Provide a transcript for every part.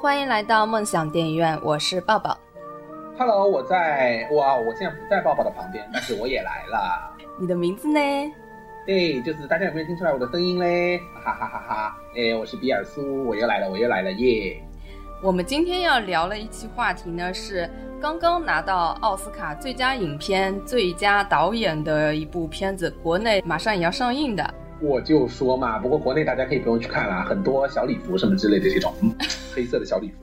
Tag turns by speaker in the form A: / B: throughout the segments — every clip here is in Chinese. A: 欢迎来到梦想电影院，我是抱抱。
B: Hello，我在哇，我现在不在抱抱的旁边，但是我也来了。
A: 你的名字呢？
B: 对，就是大家有没有听出来我的声音嘞？哈哈哈哈！哎，我是比尔苏，我又来了，我又来了耶！
A: 我们今天要聊的一期话题呢，是刚刚拿到奥斯卡最佳影片、最佳导演的一部片子，国内马上也要上映的。
B: 我就说嘛，不过国内大家可以不用去看啦，很多小礼服什么之类的这种， 嗯黑色的小礼服。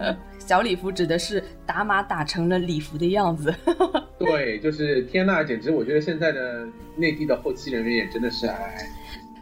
B: 嗯
A: 小礼服指的是打码打成了礼服的样子。
B: 对，就是天呐，简直我觉得现在的内地的后期人员也真的是哎，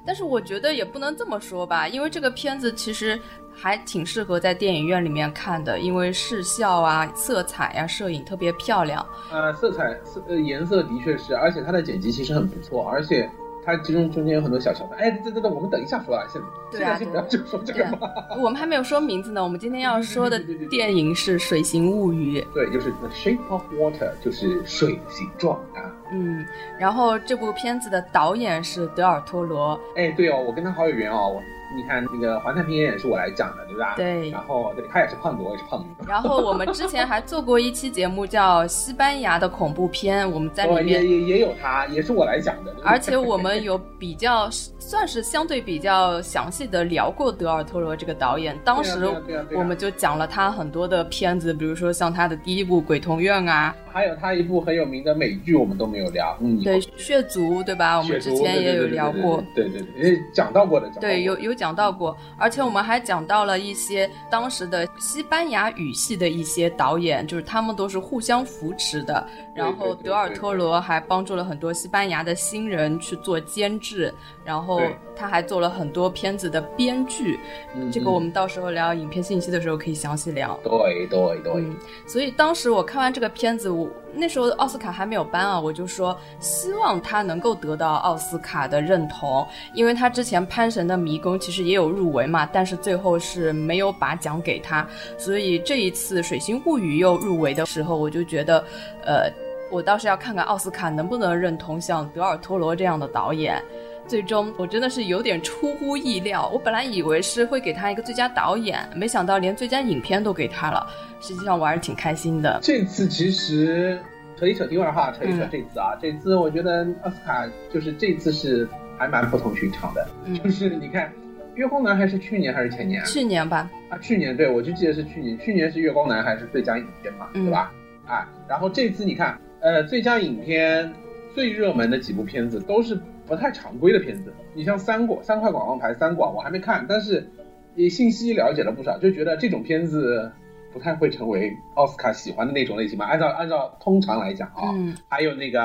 A: 但是我觉得也不能这么说吧，因为这个片子其实还挺适合在电影院里面看的，因为视效啊、色彩啊、摄影特别漂亮。
B: 呃，色彩色呃颜色的确是，而且它的剪辑其实很不错，而且它其中中间有很多小桥段。哎，对对对，我们等一下说啊，现在、
A: 对
B: 现在
A: 啊，
B: 先不要就说这
A: 对
B: 个
A: 啊
B: 吧。
A: 我们还没有说名字呢。我们今天要说的
B: 对对对对对
A: 电影是《水形物语》。
B: 对，就是 The Shape of Water，就是水形状啊。
A: 嗯，然后这部片子的导演是德尔托罗，
B: 哎，对哦，我跟他好有缘哦。我你看那个《环太平洋》也是我来讲的，对吧？。
A: 对。
B: 然后对，他也是胖子，我也是胖子。
A: 然后我们之前还做过一期节目叫《西班牙的恐怖片》，我们在
B: 哦，
A: 里面
B: 也也也有他，也是我来讲的。对吧
A: 而且我们有比较，算是相对比较详细的聊过德尔托罗这个导演。当时
B: 对啊对啊对啊对啊
A: 我们就讲了他很多的片子，比如说像他的第一部《鬼童院》啊，
B: 还有他一部很有名的美剧，我们都没有聊。嗯，
A: 对《血族》，对吧？我
B: 血
A: 们之
B: 族
A: 前
B: 对
A: 也有
B: 对对
A: 聊
B: 对
A: 过。
B: 对对对，对讲到过的，讲到过的
A: 对，有有讲到过，而且我们还讲到了一些当时的西班牙语系的一些导演，就是他们都是互相扶持的。
B: 对
A: 然后
B: 对对
A: 德尔托罗还帮助了很多西班牙的新人去做监制，然后
B: 对
A: 他还做了很多片子的编剧。
B: 嗯
A: 这个我们到时候聊影片信息的时候可以详细聊。
B: 对对对，
A: 嗯，所以当时我看完这个片子，我那时候奥斯卡还没有颁啊，我就说希望他能够得到奥斯卡的认同，因为他之前《潘神的迷宫》其实也有入围嘛，但是最后是没有把奖给他，所以这一次《水星物语》又入围的时候，我就觉得，呃，我倒是要看看奥斯卡能不能认同像德尔托罗这样的导演。最终，我真的是有点出乎意料。我本来以为是会给他一个最佳导演，没想到连最佳影片都给他了。实际上我还是挺开心的。
B: 这次其实扯一扯题外话，扯一扯
A: 嗯
B: 这次啊，这次我觉得奥斯卡就是这次是还蛮不同寻常的，
A: 嗯
B: 就是你看。月光男还是去年还是前年啊？
A: 去年吧，
B: 啊，去年对，我就记得是去年，去年是月光男还是最佳影片嘛，
A: 嗯
B: 对吧？啊，然后这次你看，呃，最佳影片最热门的几部片子都是不太常规的片子。你像三国三块广告牌三广，我还没看，但是也信息了解了不少，就觉得这种片子不太会成为奥斯卡喜欢的那种类型吧。按照按照通常来讲啊，
A: 嗯，
B: 还有那个。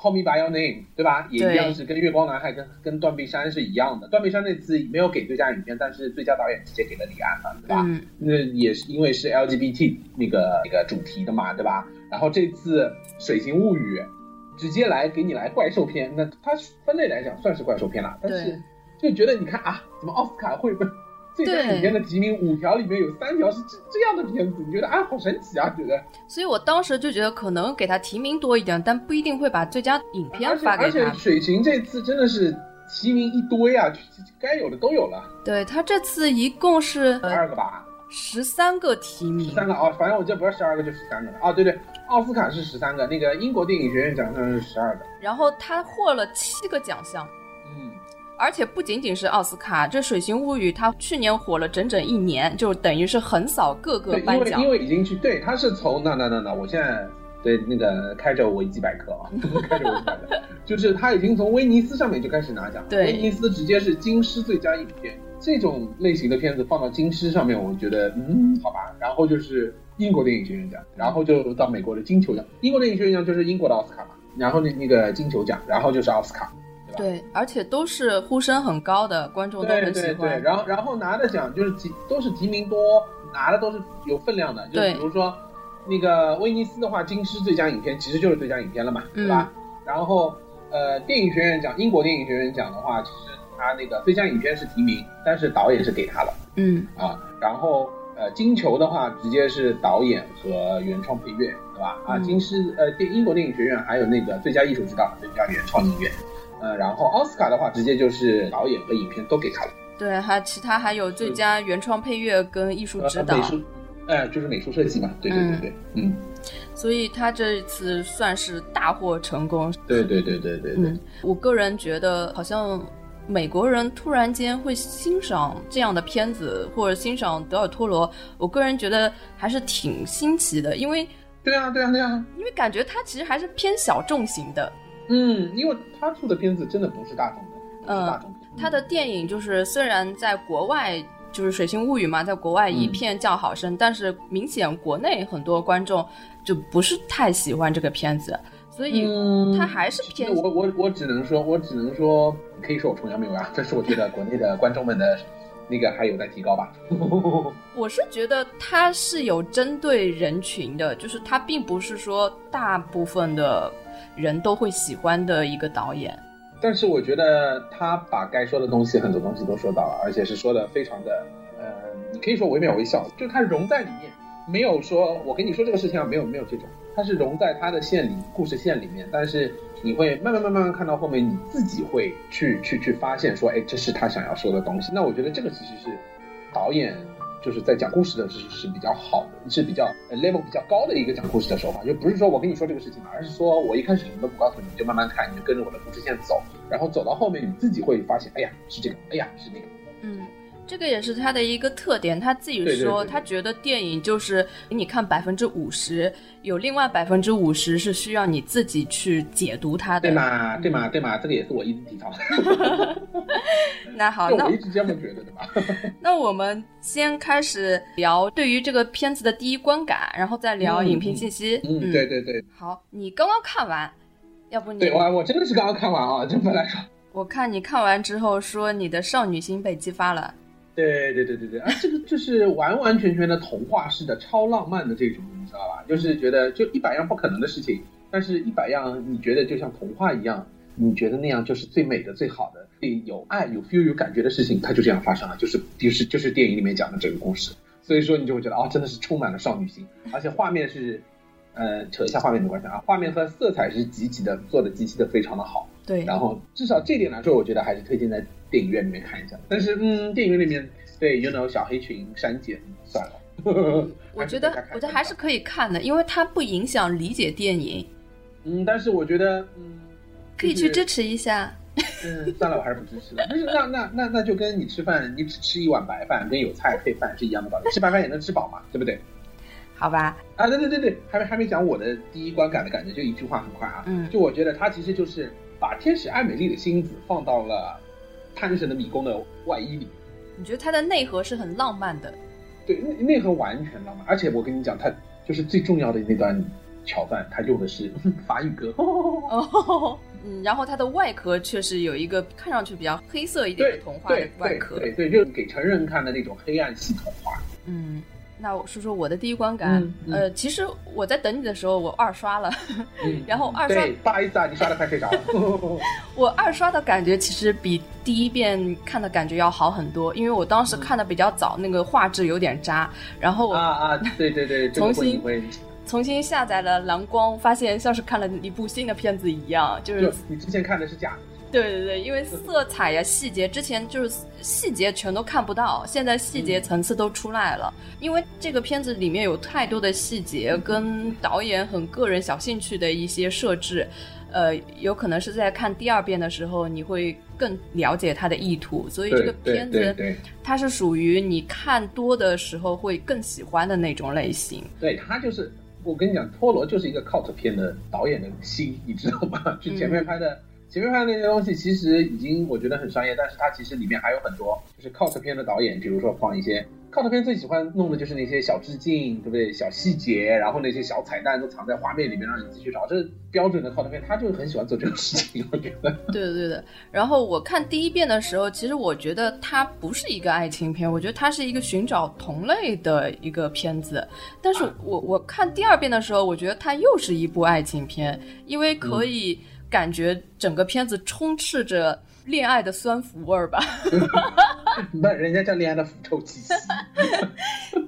B: Call me by your name，对吧？也
A: 对
B: 一样是跟《月光男孩》跟跟《断背山》是一样的。《断背山》那次没有给最佳影片，但是最佳导演直接给了李安嘛，对吧？
A: 嗯，
B: 那也是因为是 LGBT 那个那个主题的嘛，对吧？然后这次《水形物语》直接来给你来怪兽片，那它分类来讲算是怪兽片了，但
A: 对
B: 是，就觉得你看啊，怎么奥斯卡会 不最佳
A: 对
B: 影片的提名五条里面有三条是这这样的片子，你觉得啊好神奇啊，觉得
A: 所以我当时就觉得可能给他提名多一点，但不一定会把最佳影片
B: 而且
A: 发给
B: 而且
A: 他。
B: 水形这次真的是提名一堆啊，该有的都有了，
A: 对他这次一共是呃
B: 十二个吧，
A: 十三个提
B: 十
A: 名，
B: 三个啊、哦，反正我记得不是十二个就十三个了啊、哦，对对，奥斯卡是十三个，那个英国电影学院奖项是十二个。
A: 然后他获了七个奖项。
B: 嗯，
A: 而且不仅仅是奥斯卡，这《水形物语》它去年火了整整一年，就等于是横扫各个
B: 对，因
A: 颁
B: 为
A: 奖
B: 因。为已经去，对，他是从那那那那，我现在对那个开着维基百科啊， 开着维基百科，就是他已经从威尼斯上面就开始拿奖，
A: 对
B: 威尼斯直接是金狮最佳影片，这种类型的片子放到金狮上面，我觉得嗯，好吧，然后就是英国电影学院奖，然后就到美国的金球奖，英国电影学院奖就是英国的奥斯卡嘛，然后那那个金球奖，然后就是奥斯卡，
A: 对，而且都是呼声很高的，观众都
B: 对
A: 很
B: 对
A: 喜
B: 对，
A: 欢。
B: 然后然后拿的奖就是提都是提名多，拿的都是有分量的，就
A: 对
B: 比如说那个威尼斯的话，金狮最佳影片其实就是最佳影片了嘛，
A: 嗯
B: 对吧？然后呃，电影学院奖，英国电影学院奖的话，其实他那个最佳影片是提名，但是导演是给他了
A: 嗯，
B: 啊。然后呃，金球的话，直接是导演和原创配乐，对吧？啊，
A: 嗯
B: 金狮呃，电英国电影学院还有那个最佳艺术指导、最佳原创音乐，呃，然后奥斯卡的话，直接就是导演和影片都给他了。
A: 对，还其他还有最佳原创配乐跟艺术指导，
B: 呃美术，哎、就是美术设计嘛，对对对对，嗯，
A: 所以他这次算是大获成功。
B: 对对对对对对
A: 嗯，，我个人觉得好像。美国人突然间会欣赏这样的片子，或者欣赏德尔托罗，我个人觉得还是挺新奇的，因为
B: 对啊对啊对啊，
A: 因为感觉他其实还是偏小众型的，
B: 嗯，因为他出的片子真的不是大众的，不是大众的，
A: 呃他的电影就是虽然在国外就是《水星物语》嘛，在国外一片叫好声，但是明显国内很多观众就不是太喜欢这个片子，所以
B: 嗯
A: 他还是偏、
B: 我我我只能说，我只能说，可以说我崇洋媚外啊，但是我觉得国内的观众们的那个还有待提高吧。
A: 我是觉得他是有针对人群的，就是他并不是说大部分的人都会喜欢的一个导演。
B: 但是我觉得他把该说的东西很多东西都说到了，而且是说的非常的，呃，你可以说惟妙惟肖，就是他融在里面，没有说我跟你说这个事情啊，没有没有这种，他是融在他的线里，故事线里面。但是你会慢慢慢慢慢看到后面，你自己会去去去发现说，哎，这是他想要说的东西。那我觉得这个其实是导演。就是在讲故事的是是比较好的，是比较呃 level 比较高的一个讲故事的手法，就不是说我跟你说这个事情了，而是说我一开始什么都不告诉你，你就慢慢看，你就跟着我的故事线走，然后走到后面你自己会发现，哎呀是这个，哎呀是那个，
A: 嗯，这个也是他的一个特点。他自己
B: 对对
A: 说，
B: 对对
A: 他觉得电影就是给你看百分之五十，有另外百分之五十是需要你自己去解读它
B: 对
A: 的。
B: 嘛对嘛对嘛，这个也是我一直提倡的，
A: 那好，
B: 就
A: 那
B: 我一直这么觉得的嘛。
A: 那我们先开始聊对于这个片子的第一观感，然后再聊
B: 嗯
A: 影评信息。
B: 嗯，对对对
A: 好，你刚刚看完，要不你
B: 对，我我真的是刚刚看完啊，这本来说，
A: 我看你看完之后说你的少女心被激发了。
B: 对对对对对，啊，这个就是完完全全的童话式的超浪漫的这种，你知道吧？就是觉得就一百样不可能的事情，但是一百样你觉得就像童话一样，你觉得那样就是最美的、最好的、最有爱、有 feel、有感觉的事情，它就这样发生了，就是就是就是电影里面讲的整个故事。所以说你就会觉得啊、真的是充满了少女心，而且画面是，呃，扯一下画面没关系啊，画面和色彩是极其的做的极其的非常的好。
A: 对，
B: 然后至少这点来说，我觉得还是推荐在电影院里面看一下。但是，嗯，电影院里面对 you know 小黑裙删减算了。
A: 我觉得
B: 还是在家看
A: 我觉得还是可以看的，因为它不影响理解电影，
B: 嗯，但是我觉得嗯，
A: 可以去支持一下。
B: 嗯，算了，我还是不支持了。但是那那那那就跟你吃饭，你只吃一碗白饭，跟有菜配饭是一样的道理。吃白饭也能吃饱嘛，对不对？
A: 好吧，
B: 啊，对对对对，还没还没讲我的第一观感的感觉，就一句话很快啊。
A: 嗯
B: 就我觉得它其实就是把天使爱美丽的心子放到了贪神的迷宫的外衣里。
A: 你觉得它的内核是很浪漫 的，
B: 对，内内核完全浪漫，而且我跟你讲，他就是最重要的那段桥段，他用的是法语歌。
A: 哦，嗯，然后它的外壳确实有一个看上去比较黑色一点的
B: 对
A: 童话的
B: 对
A: 外
B: 对
A: 壳，
B: 对对，就是给成人看的那种黑暗系童话。
A: 嗯。那我说说我的第一观感，
B: 嗯嗯
A: 呃，其实我在等你的时候，我二刷了，
B: 嗯
A: 然后二刷
B: 对，不好意思啊，你刷的太睡 着了。
A: 我二刷的感觉其实比第一遍看的感觉要好很多，因为我当时看的比较早，那个画质有点渣，然后
B: 啊
A: 我
B: 啊，对对对，这个
A: 重
B: 会你
A: 新
B: 会，
A: 重新下载了蓝光，发现像是看了一部新的片子一样，就是
B: 就你之前看的是假的。
A: 对对对，因为色彩呀、细节，之前就是细节全都看不到，现在细
B: 嗯
A: 节层次都出来了。因为这个片子里面有太多的细节
B: 嗯
A: 跟导演很个人小兴趣的一些设置，呃，有可能是在看第二遍的时候你会更了解他的意图，所以这个片
B: 对对
A: 子
B: 对
A: 它是属于你看多的时候会更喜欢的那种类型。
B: 对，他就是我跟你讲，托罗就是一个 cult 片的导演的心，你知道吗？就前面拍的、前面拍的那些东西，其实已经我觉得很商业，但是它其实里面还有很多就是 cult 片的导演，比如说放一些 cult 片最喜欢弄的就是那些小致敬，对不对？小细节，然后那些小彩蛋都藏在画面里面，让你自己去找。这是标准的 cult 片，他就很喜欢做这个事情，我觉得。
A: 对的对的。然后我看第一遍的时候，其实我觉得它不是一个爱情片，我觉得它是一个寻找同类的一个片子。但
B: 啊
A: 是我我看第二遍的时候，我觉得它又是一部爱情片，因为可
B: 嗯
A: 以感觉整个片子充斥着恋爱的酸腐味儿吧。
B: 那人家叫恋爱的腐臭 气息。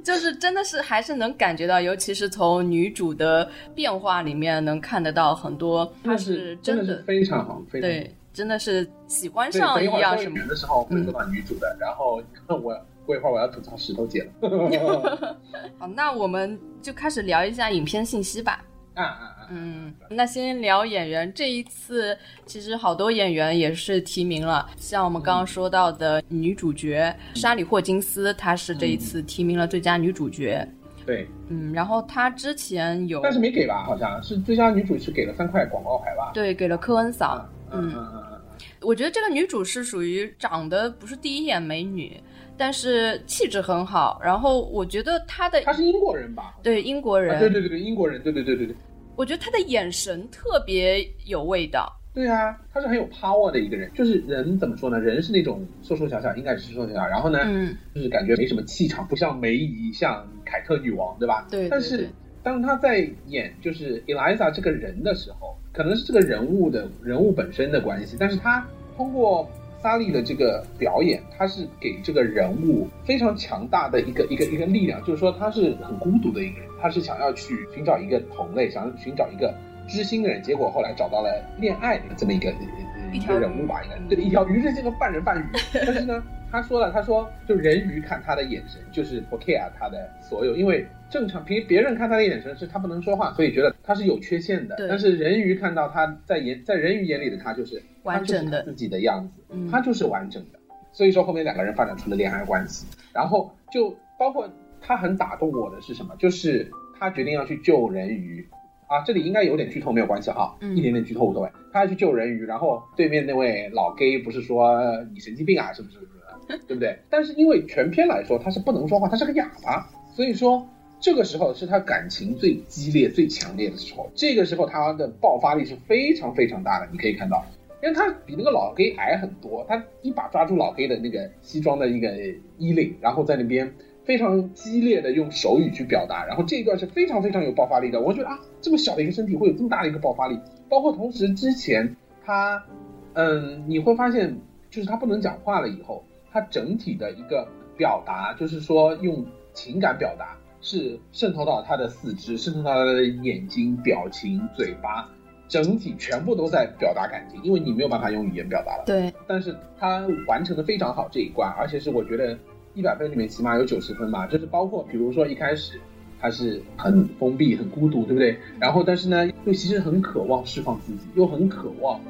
A: 就是真的是还是能感觉到，尤其是从女主的变化里面能看得到很多，她
B: 是
A: 真
B: 的是非常好，非常好
A: 对真的是喜欢
B: 对，
A: 上
B: 等一
A: 一
B: 会儿
A: 样嗯
B: 说
A: 什么
B: 女。的时候会说到女主的，然后我过一会儿我要吐槽石头姐了。
A: 好，那我们就开始聊一下影片信息吧。
B: 啊啊啊！
A: 嗯，那先聊演员。这一次其实好多演员也是提名了，像我们刚刚说到的女主角
B: 嗯
A: 莎莉霍金斯，她是这一次提名了最佳女主角。
B: 对，
A: 嗯，然后她之前有
B: 但是没给吧？好像是最佳女主是给了三块广告牌吧？
A: 对给了科恩嫂，
B: 嗯
A: 嗯
B: 嗯嗯
A: 我觉得这个女主是属于长得不是第一眼美女，但是气质很好。然后我觉得她的
B: 嗯，她是英国人吧？
A: 对英国人，
B: 啊，对对对对，英国人，对对对对对
A: 我觉得她的眼神特别有味道。
B: 对啊，她是很有 power 的一个人，就是人怎么说呢？人是那种瘦瘦小小，应该是瘦瘦小小，然后呢，
A: 嗯，
B: 就是感觉没什么气场，不像梅姨，像凯特女王，对吧？
A: 对对
B: 但是
A: 对
B: 当她在演就是 Eliza 这个人的时候，可能是这个人物的人物本身的关系，但是她通过莎莉的这个表演，她是给这个人物非常强大的一个一个一个力量，就是说她是很孤独的一个人，她是想要去寻找一个同类，想要寻找一个知心的人，结果后来找到了恋爱的这么一个呃
A: 一
B: 一
A: 条
B: 个人物吧，应该对一条鱼是这个半人半鱼，但是呢，他说了，他说就人鱼看他的眼神就是不 care 他的所有，因为正常别别人看他的眼神是他不能说话，所以觉得他是有缺陷的
A: 对，
B: 但是人鱼看到他在眼在人鱼眼里的他就是
A: 完整的
B: 他就是他自己的样子，
A: 嗯
B: 他就是完整的，所以说后面两个人发展出了恋爱关系，然后就包括他很打动我的是什么，就是他决定要去救人鱼，啊，这里应该有点剧透没有关系哈，
A: 嗯
B: 一点点剧透无所谓。他要去救人鱼，然后对面那位老 gay 不是说呃你神经病啊，是不是？是不是？对不对？但是因为全篇来说他是不能说话，他是个哑巴，所以说这个时候是他感情最激烈、最强烈的时候。这个时候他的爆发力是非常非常大的，你可以看到，因为他比那个老 gay 矮很多，他一把抓住老 gay 的那个西装的一个衣领，然后在那边非常激烈的用手语去表达，然后这一段是非常非常有爆发力的。我觉得啊，这么小的一个身体会有这么大的一个爆发力，包括同时之前他，嗯，你会发现就是他不能讲话了以后，他整体的一个表达，就是说用情感表达是渗透到他的四肢，渗透到他的眼睛、表情、嘴巴。整体全部都在表达感情，因为你没有办法用语言表达了。
A: 对，
B: 但是他完成的非常好这一关，而且是我觉得一百分里面起码有九十分吧，就是包括比如说一开始他是很封闭、很孤独，对不对？然后但是呢，又其实很渴望释放自己，又很渴望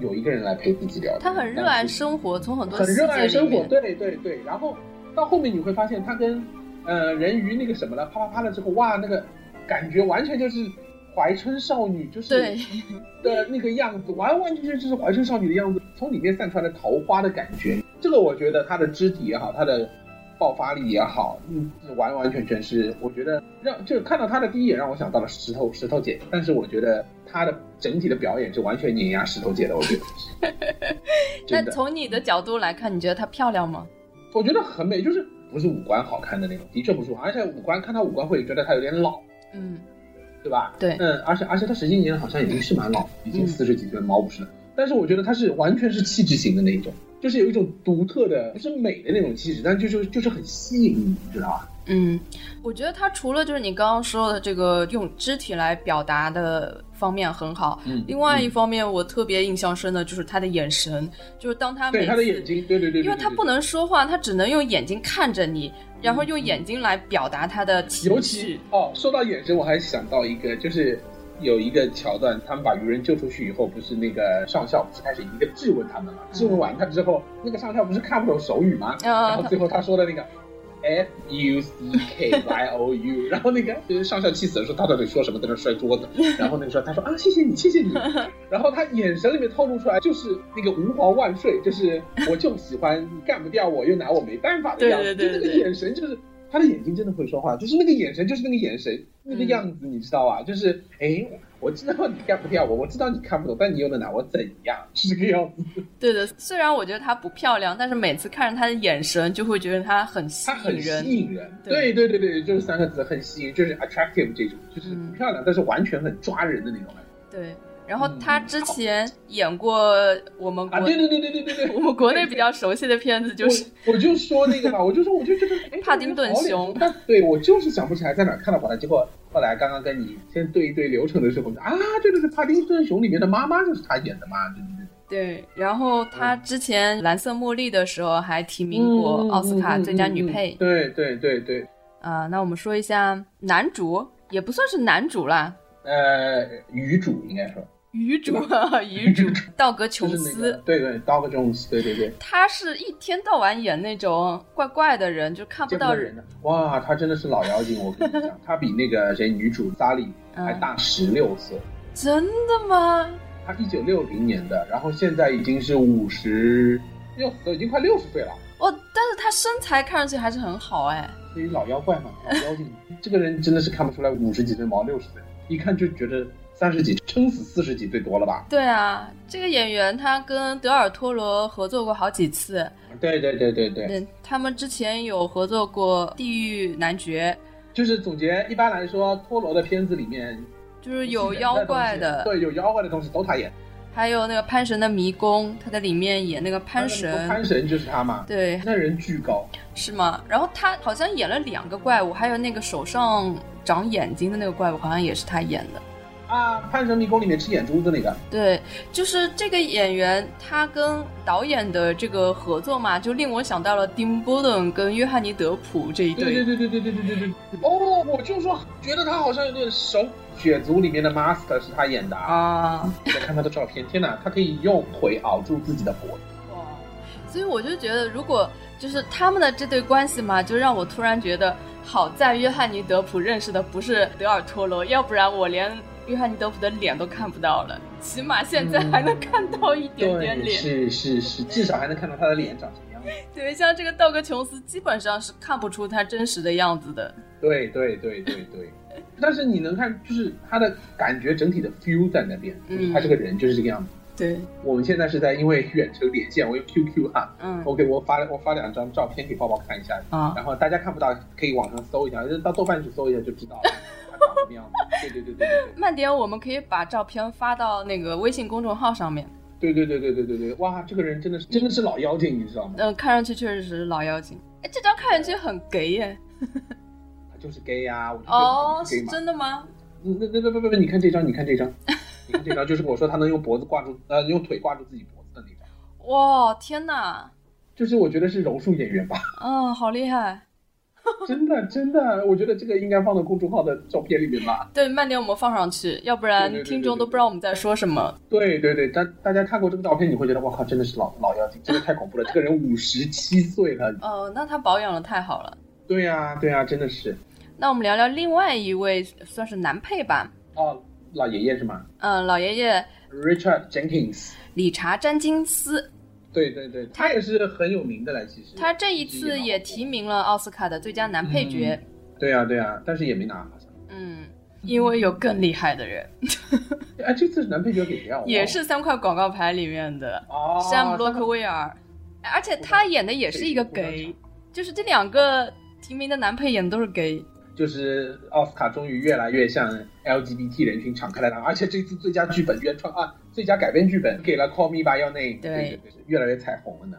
B: 有一个人来陪自己聊天。
A: 她很热爱
B: 但是
A: 生活，从很多
B: 很热
A: 细节
B: 爱
A: 里
B: 生活，
A: 面
B: 对对对。然后到后面你会发现，他跟呃人鱼那个什么了，啪啪啪了之后，哇，那个感觉完全就是怀春少女，就是
A: 对
B: 的那个样子，完完全全就是怀春少女的样子，从里面散出来的桃花的感觉。这个我觉得她的肢体也好，她的爆发力也好，嗯，完完全全是我觉得让就是看到她的第一眼让我想到了石头石头姐，但是我觉得她的整体的表演是完全碾压石头姐的，我 觉得是。真
A: 那
B: 的，
A: 从你的角度来看，你觉得她漂亮吗？
B: 我觉得很美，就是不是五官好看的那种，的确不是，而且五官看她五官会觉得她有点老。
A: 嗯，
B: 对吧？
A: 对
B: 嗯，而且而且他十几年好像已经是蛮老，已
A: 嗯
B: 经四十几岁，毛不是了。但是我觉得他是完全是气质型的那一种，就是有一种独特的，不是美的那种气质，但就是就是很吸引你，你知道吧？
A: 嗯，我觉得她除了就是你刚刚说的这个用肢体来表达的方面很好，
B: 嗯
A: 另外一方面我特别印象深的就是她的眼神，就是当她每
B: 对
A: 次
B: 他的眼睛，对对对，对
A: 因为他不，能说话，他只能用眼睛看着你，然后用眼睛来表达他的
B: 对对
A: 情
B: 尤其
A: 绪。
B: 哦，说到眼神，我还想到一个，就是有一个桥段，他们把鱼人救出去以后，不是那个上校不是开始一个质问他们
A: 嗯
B: 嘛？质问完他之后，那个上校不是看不懂手语吗？然
A: 啊
B: 后，最后他说的那个 F U C K Y O U，然后那个就是上校气死了，说他到底说什么，在那摔桌子。 然后那个时候他说啊，谢谢你，谢谢你。然后他眼神里面透露出来就是那个吾皇万岁，就是我就喜欢你干不掉我又拿我没办法的样子，
A: 对对对
B: 就那个
A: 对
B: 眼神就是。他的眼睛真的会说话，就是那个眼神，就是那个眼神，
A: 嗯
B: 那个样子，你知道吧？就是，哎，我知道你干不掉我，我知道你看不懂，但你又能拿我怎样？是这个样子。
A: 对的。虽然我觉得她不漂亮，但是每次看着她的眼神，就会觉得她很吸
B: 它很
A: 引
B: 吸
A: 人。
B: 引人，
A: 对
B: 对对对对，就是三个字，很吸引，就是 attractive 这种，就是
A: 嗯
B: 不漂亮，但是完全很抓人的那种感觉
A: 对，然后她之前演过我们国、
B: 嗯啊！对对对对对对
A: 我
B: 对，
A: 们国内比较熟悉的片子，就是
B: 我我就说那个嘛，我就说我就觉得哎
A: 帕丁顿熊
B: 但对我就是想不起来在哪看到过他，结果后来刚刚跟你先对一对流程的时候，啊，对对对，帕丁顿熊里面的妈妈就是他演的嘛，对对对，
A: 对，然后
B: 嗯
A: 她之前《蓝色茉莉》的时候还提名过奥斯卡最佳女配。
B: 嗯嗯嗯嗯对对对对，
A: 啊、那我们说一下男主，也不算是男主啦，
B: 呃，女主应该说
A: 女主， 女 主，道格·琼
B: 就是那
A: 斯。
B: 个对对 d o g Jones，对对对，
A: 他是一天到晚演那种怪怪的人，就看不
B: 见
A: 到
B: 过人的，哇，她真的是老妖精，我跟你 讲，她比那个谁女主莎莉还
A: 嗯，
B: 大十六岁。
A: 真的吗？
B: 他一九六零年的，然后现在已经是五十六，都已经快六十岁了，
A: 哦，但是他身材看上去还是很好哎。
B: 所以老妖怪 嘛，老妖精，这个人真的是看不出来五十几岁毛六十岁，一看就觉得三十几，撑死四十几最多了吧？
A: 对啊，这个演员他跟德尔托罗合作过好几次，
B: 对对对对对，
A: 嗯，他们之前有合作过《地狱男爵
B: 就是总结，一般来说，托罗的片子里面》，
A: 就是有妖怪
B: 的
A: 的，
B: 东西，对，有妖怪的东西都他演，
A: 还有那个《潘神的迷宫》，他在里面演那个潘
B: 那
A: 神，
B: 潘神就是他嘛，
A: 对，
B: 那人巨高，
A: 是吗？然后他好像演了两个怪物，还有那个手上长眼睛的那个怪物，好像也是他演的。
B: 啊，《潘神迷宫》里面吃眼珠子那个，
A: 对，就是这个演员，他跟导演的这个合作嘛，就令我想到了丁波顿跟约翰尼德普这一对。
B: 对对对对对对对对。哦，我就说觉得他好像有点熟。血族里面的 Master 是他演的啊！
A: 啊，
B: 再看他的照片，天哪，他可以用腿咬住自己的脖子。
A: 所以我就觉得，如果就是他们的这对关系嘛，就让我突然觉得，好在约翰尼德普认识的不是德尔托罗，要不然我连约翰尼德普的脸都看不到了，起码现在
B: 嗯
A: 还能看到一点点脸。
B: 是是是，至少还能看到他的脸长什么样子。
A: 对，像这个道格·琼斯，基本上是看不出他真实的样子的。
B: 对对对对 对。但是你能看，就是他的感觉整体的 feel 在那边，
A: 嗯
B: 就是他这个人就是这个样子。
A: 对，
B: 我们现在是在因为远程连线，我用 QQ 哈、
A: 嗯
B: OK，我发我发两张照片给抱抱看一下，
A: 啊，
B: 然后大家看不到，可以网上搜一下，就到豆瓣去搜一下就知道了，他长什么样 子。对对对对
A: 慢点，我们可以把照片发到那个微信公众号上面。
B: 对对对对对对对对对，哇，这个人真的是真的是老妖精，你知道吗？
A: 嗯、看上去确实是老妖精。哎，这张看上去很 gay 耶。
B: 他就是 gay 啊，我就觉得
A: 哦
B: 他，就是 gay 嘛。
A: 真的吗？
B: 嗯那那那不不不，你看这张，你看这张，你看 这张，就是我说他能用脖子挂住，呃，用腿挂住自己脖子的那张，
A: 哇，天哪！
B: 就是我觉得是柔术演员吧，
A: 嗯，好厉害。
B: 真的真的，我觉得这个应该放到公众号的照片里面吧。
A: 对，慢点，我们放上去，要不
B: 对
A: 然
B: 对对
A: 听众
B: 对对
A: 都不知道我们在说什么。
B: 对对对，大大家看过这个照片，你会觉得哇靠，真的是老老妖精，真的太恐怖了，这个人五十七岁了。
A: 哦，那他保养的太好了。
B: 对呀、对呀、真的是。
A: 那我们聊聊另外一位，算是男配吧。
B: 哦，老爷爷是吗
A: 嗯，老爷爷
B: ？Richard Jenkins，
A: 理查·詹金斯，
B: 对对对，他也是很有名的嘞，其实。啊
A: 他这一次也提名了奥斯卡的最佳男配角，
B: 对呀、对呀、但是也没拿，好像。
A: 嗯，因为有更厉害的人，
B: 哎，这次男配角给谁啊？我忘了
A: 也是三块广告牌里面的
B: 哦，
A: 山姆·洛克威尔，而且他演的也是一个
B: 互相互相
A: gay，就是这两个提名的男配演的都是 gay，
B: 就是奥斯卡终于越来越向 LGBT 人群敞开了大门，而且这次最佳剧本原创啊，最佳改编剧本给了《Call Me by Your Name》，
A: 对
B: 对对，越来越彩虹了呢。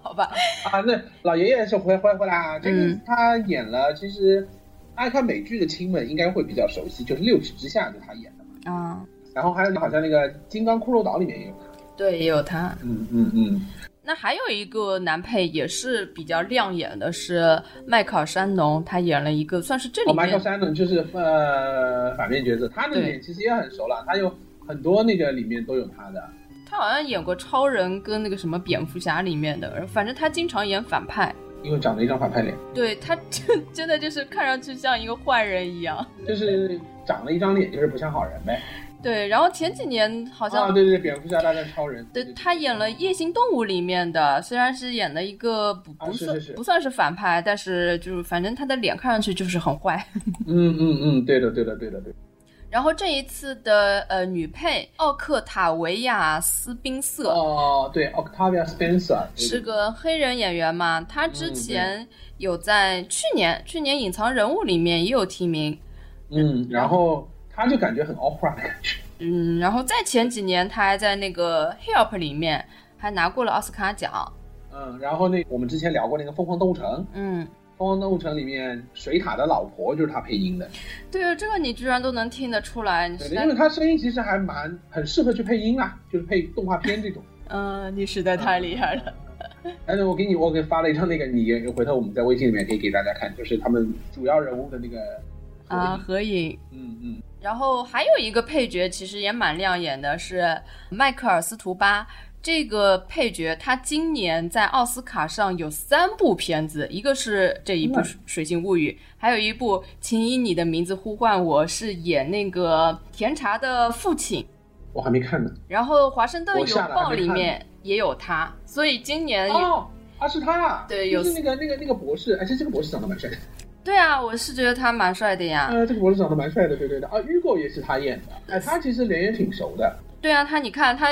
A: 好吧，
B: 啊，那老爷爷是回回回来啊，这个
A: 嗯
B: 他演了，其实爱看美剧的亲们应该会比较熟悉，就是《六尺之下》就他演的嘛，
A: 啊，
B: 然后还有好像那个《金刚骷髅岛》里面也有他，
A: 对，也有他。
B: 嗯嗯嗯，
A: 那还有一个男配也是比较亮眼的是迈克尔·山农，他演了一个算是这
B: 哦，
A: 里
B: 迈克
A: 面
B: 尔·山顿就是呃反面角色，他那
A: 对
B: 里其实也很熟了，他有很多那个里面都有他的。
A: 他好像演过超人跟那个什么蝙蝠侠里面的，反正他经常演反派。
B: 因为长了一张反派脸，
A: 对他真真的就是看上去像一个坏人一样。
B: 就是长了一张脸，就是不像好人呗。
A: 对，然后前几年好像、
B: 啊，对对对，蝙蝠侠大战超人，
A: 对他演了《夜行动物》里面的，虽然是演了一个不
B: 啊
A: 不
B: 是
A: 算、
B: 是是
A: 不算是反派，但是就是反正他的脸看上去就是很坏。
B: 嗯嗯嗯，对的对的对的对的。
A: 然后这一次的呃女配奥克塔维亚·斯宾瑟。
B: 哦，对，Octavia Spencer 对
A: 是个黑人演员嘛，他之
B: 嗯对
A: 前有在去年去年隐藏人物里面也有提名，
B: 嗯，然后他就感觉很 opera 的感觉。
A: 嗯，然后再前几年他还在那个 Help 里面还拿过了奥斯卡奖，
B: 嗯，然后那我们之前聊过那个《疯狂动物城》，
A: 嗯，
B: 《疯狂动物城》里面水獭的老婆就是他配音的，
A: 对，这个你居然都能听得出来，你
B: 对
A: 实
B: 的，
A: 在
B: 因为他声音其实还蛮很适合去配音啊，就是配动画片这种。
A: 嗯、你实在 太厉
B: 嗯
A: 害了。
B: 但是我给你，我给发了一张那个，你回头我们在微信里面可以给大家看，就是他们主要人物的那个合
A: 啊，
B: 影
A: 合影。
B: 嗯嗯，
A: 然后还有一个配角其实也蛮亮眼的，是迈克尔·斯图巴。这个配角他今年在奥斯卡上有三部片子，一个是这一部
B: 嗯
A: 《水星物语》，还有一部《请以你的名字呼唤我》，是演那个甜茶的父亲。
B: 我还没看呢。
A: 然后《华盛顿
B: 我
A: 邮
B: 下来
A: 报
B: 还》没
A: 里
B: 看
A: 面也有他，所以今年也
B: 哦，啊是他啊，
A: 对
B: 就
A: 有
B: 是那个那个那个博士，而哎且这个博士长得蛮帅的，
A: 对啊，我是觉得他蛮帅的呀。
B: 呃，这个博士长得蛮帅的，对对对，啊，预购也是他演的，哎，他其实脸也挺熟的，
A: 对啊，他你看他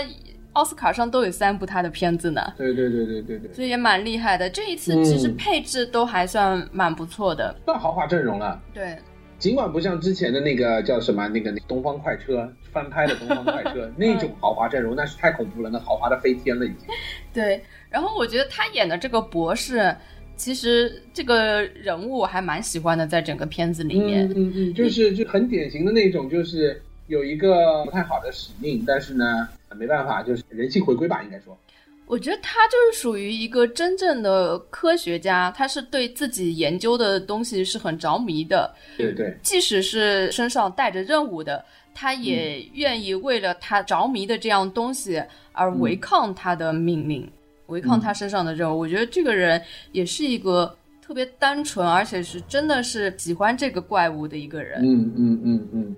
A: 奥斯卡上都有三部他的片子呢，
B: 对对对对对对，
A: 所以也蛮厉害的。这一次
B: 嗯
A: 其实配置都还算蛮不错的。
B: 算豪华阵容了。
A: 对，
B: 尽管不像之前的那个叫什么那个那个东方快车翻拍的东方快 车那种豪华阵容，那是太恐怖了，那豪华的飞天了已经。
A: 对，然后我觉得他演的这个博士，其实这个人物我还蛮喜欢的，在整个片子里面。
B: 嗯嗯，就是就很典型的那种，就是有一个不太好的使命，但是呢没办法，就是人性回归吧，应该说。
A: 我觉得他就是属于一个真正的科学家，他是对自己研究的东西是很着迷的，
B: 对对，
A: 即使是身上带着任务的，他也
B: 嗯
A: 愿意为了他着迷的这样东西而
B: 嗯
A: 违抗他的命令，违抗他身上的任务。我觉得这个人也是一个特别单纯，而且是真的是喜欢这个怪物的一个人。
B: 嗯嗯嗯嗯，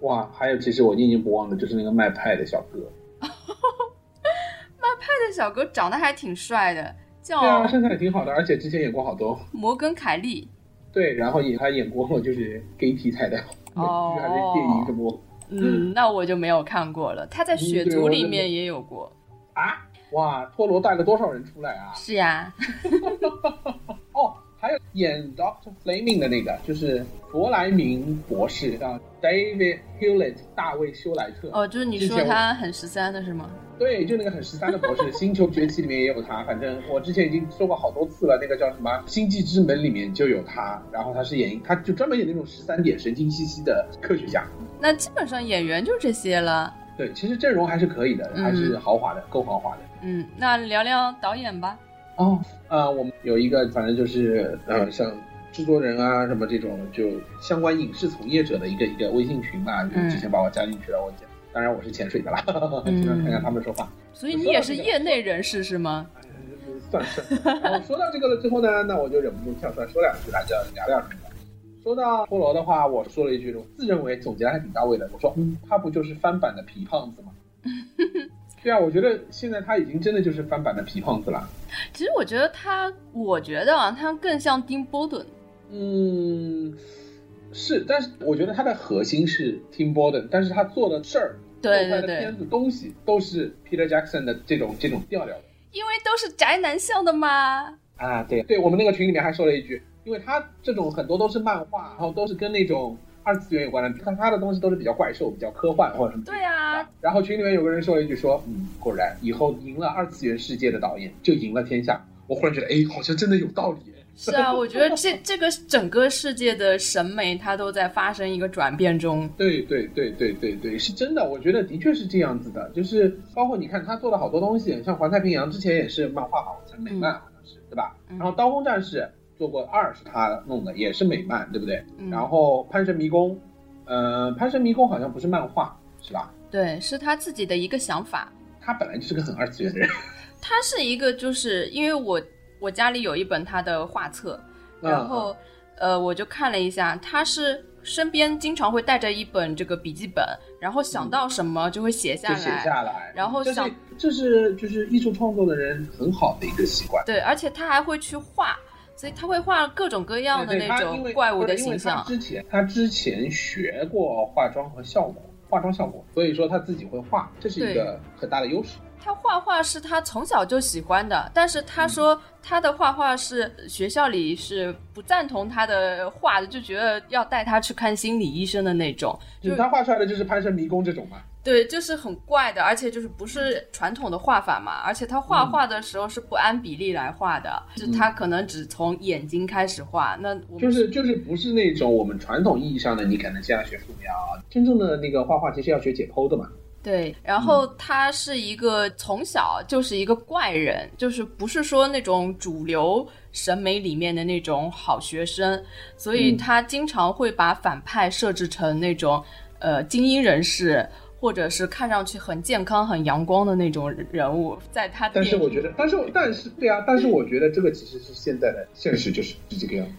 B: 哇，还有其实我念念不忘的就是那个卖派的小哥，
A: 这个小哥长得还挺帅的，
B: 对啊，
A: 叫
B: 身材也挺好的，而且之前演过好多，
A: 摩根凯利。
B: 对，然后也还演过就是 gay 题材的美
A: 哦
B: 剧还是电影什么
A: 嗯，那我就没有看过了。他在《血
B: 嗯对
A: 族
B: 我》
A: 里
B: 认
A: 面
B: 识
A: 也有过。
B: 啊？哇，托罗带了多少人出来啊？
A: 是呀，
B: 哦，还有演 Doctor Fleming 的那个，就是弗莱明博士，叫 David Hewlett 大卫休莱特。
A: 哦，就是你
B: 之
A: 说
B: 前我
A: 他很十三的是吗？
B: 对，就那个很十三的博士，《星球崛起》里面也有他。反正我之前已经说过好多次了，那个叫什么《星际之门》里面就有他。然后他是演，他就专门演那种十三点神经兮兮的科学家。
A: 那基本上演员就这些了。
B: 对，其实阵容还是可以的，
A: 嗯
B: 还是豪华的，够豪华的。
A: 嗯，那聊聊导演吧。
B: 哦，呃，我们有一个，反正就是呃，像制作人啊什么这种，就相关影视从业者的一个一个微信群嘛，就
A: 嗯
B: 之前把我加进去了，我当然我是潜水的啦，
A: 嗯
B: 经常看看他们说话，
A: 所以你也是业内人士是吗？
B: 哎算是。然后说到这个了之后呢，那我就忍不住跳出来说两句，大家聊聊什么的。说到陀螺的话，我说了一句，我自认为总结得还挺到位的。我说，嗯，他不就是翻版的皮胖子吗？对啊，我觉得现在他已经真的就是翻版的皮胖子了。
A: 其实我觉得他，我觉得啊，他更像丁波顿。
B: 嗯，是，但是我觉得它的核心是 Tim Burton，但是他做的事儿、
A: 对对
B: 做出来的
A: 对，
B: 片子、东西都是 Peter Jackson 的这种这种调调的
A: 因为都是宅男向的嘛。
B: 啊。对，对我们那个群里面还说了一句，因为他这种很多都是漫画，然后都是跟那种二次元有关的，看他的东西都是比较怪兽、比较科幻或者什么。
A: 对 啊，
B: 然后群里面有个人说了一句说，嗯，果然以后赢了二次元世界的导演就赢了天下。我忽然觉得，哎，好像真的有道理。
A: 是啊，我觉得这这个整个世界的审美，它都在发生一个转变中。
B: 对对对对对对，是真的，我觉得的确是这样子的，就是包括你看他做了好多东西，像《环太平洋》之前也是漫画好像美漫好像是、对吧？
A: 嗯
B: 然后《刀锋战士》做过二是他弄的，也是美漫对不对？
A: 嗯，
B: 然后《潘神迷宫》，呃，《潘神迷宫》好像不是漫画是吧？
A: 对，是他自己的一个想法。
B: 他本来就是个很二次 元的人，
A: 他是一个，就是因为我我家里有一本他的画册，
B: 嗯
A: 然后、呃，我就看了一下，他是身边经常会带着一本这个笔记本，然后想到什么就会写下
B: 嗯就
A: 来。
B: 写下来，
A: 然后
B: 这是
A: 想
B: 这是就是艺术创作的人很好的一个习惯。
A: 对，而且他还会去画，所以他会画各种各样的
B: 对对
A: 那
B: 他
A: 种
B: 因为
A: 怪物
B: 不是
A: 的
B: 因为
A: 形象
B: 他。之前他之前学过化妆和效果，化妆效果，所以说他自己会画，这是一个很大的优势。
A: 他画画是他从小就喜欢的，但是
B: 嗯
A: 他说他的画画是学校里是不赞同他的画的，就觉得要带他去看心理医生的那种。
B: 就
A: 就是
B: 他画出来的就是《潘神迷宫》这种嘛，
A: 对，就是很怪的，而且就是不是传统的画法嘛，而且他
B: 嗯
A: 画画的时候是不按比例来画的，就他可能只从眼睛开始画。那我们
B: 就是就是不是那种我们传统意义上的你可能现在学素描，啊真正的那个画画其实要学解剖的嘛。
A: 对，然
B: 嗯
A: 后他是一个从小就是一个怪人，就是不是说那种主流审美里面的那种好学生，所以
B: 嗯
A: 他经常会把反派设置成那种呃精英人士，或者是看上去很健康、很阳光的那种人物，在他
B: 但是
A: 电影
B: 我觉得，但是但是对啊，但是我觉得这个其实是现在的现实就是是这个样子的。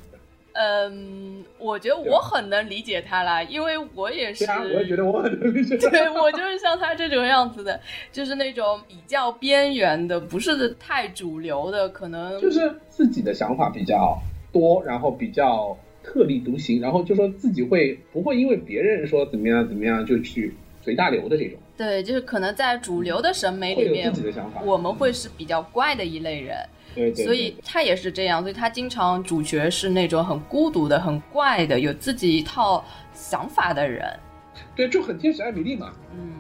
A: 嗯，我觉得
B: 对
A: 我
B: 吧
A: 很能理解他啦，因为我也是，
B: 对啊，我也觉得我很能理 解。
A: 对我就是像他这种样子的，就是那种比较边缘的，不是太主流的，可能
B: 就是自己的想法比较多，然后比较特立独行，然后就说自己会不会因为别人说怎么样怎么样就去随大流的这种，
A: 对，就是可能在主流的审美
B: 会
A: 哎里
B: 有
A: 面
B: 自己，的想法。
A: 我们会是比较怪的一类人，
B: 对对，
A: 所以他也是这样，所以他经常主角是那种很孤独的、很怪的，有自己一套想法的人。
B: 对对就很天使艾米丽嘛。
A: 嗯，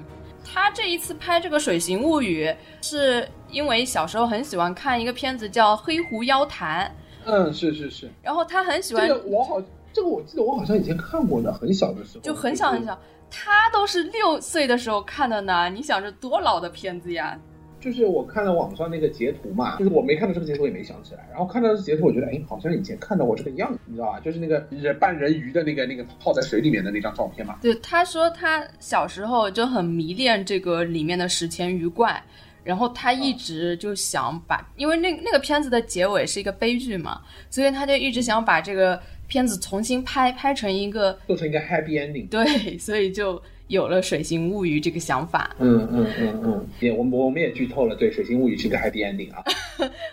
A: 他这一次拍这个《水形物语》，是因为小时候很喜欢看一个片子叫《黑狐妖谈》，
B: 嗯，是是是，
A: 然后他很喜欢
B: 这，个我好，这个我记得我好像以前看过的，很小的时候
A: 就很小很，
B: 嗯
A: 小，他都是六岁的时候看的呢。你想这多老的片子呀？
B: 就是我看了网上那个截图嘛，就是我没看到这个截图，我也没想起来。然后看到这个截图，我觉得哎，好像以前看到过这个样子，你知道吧？就是那个人半人鱼的那个那个泡在水里面的那张照片嘛。
A: 对，他说他小时候就很迷恋这个里面的史前鱼怪，然后他一
B: 哦
A: 直就想把，因为那那个片子的结尾是一个悲剧嘛，所以他就一直想把这个片子重新拍，拍成一个
B: 做成一个 happy ending。
A: 对，所以就有了《水形物语》这个想法。
B: 嗯嗯嗯嗯，也我们我们也剧透了，对《水星物语》是个 happy ending 啊。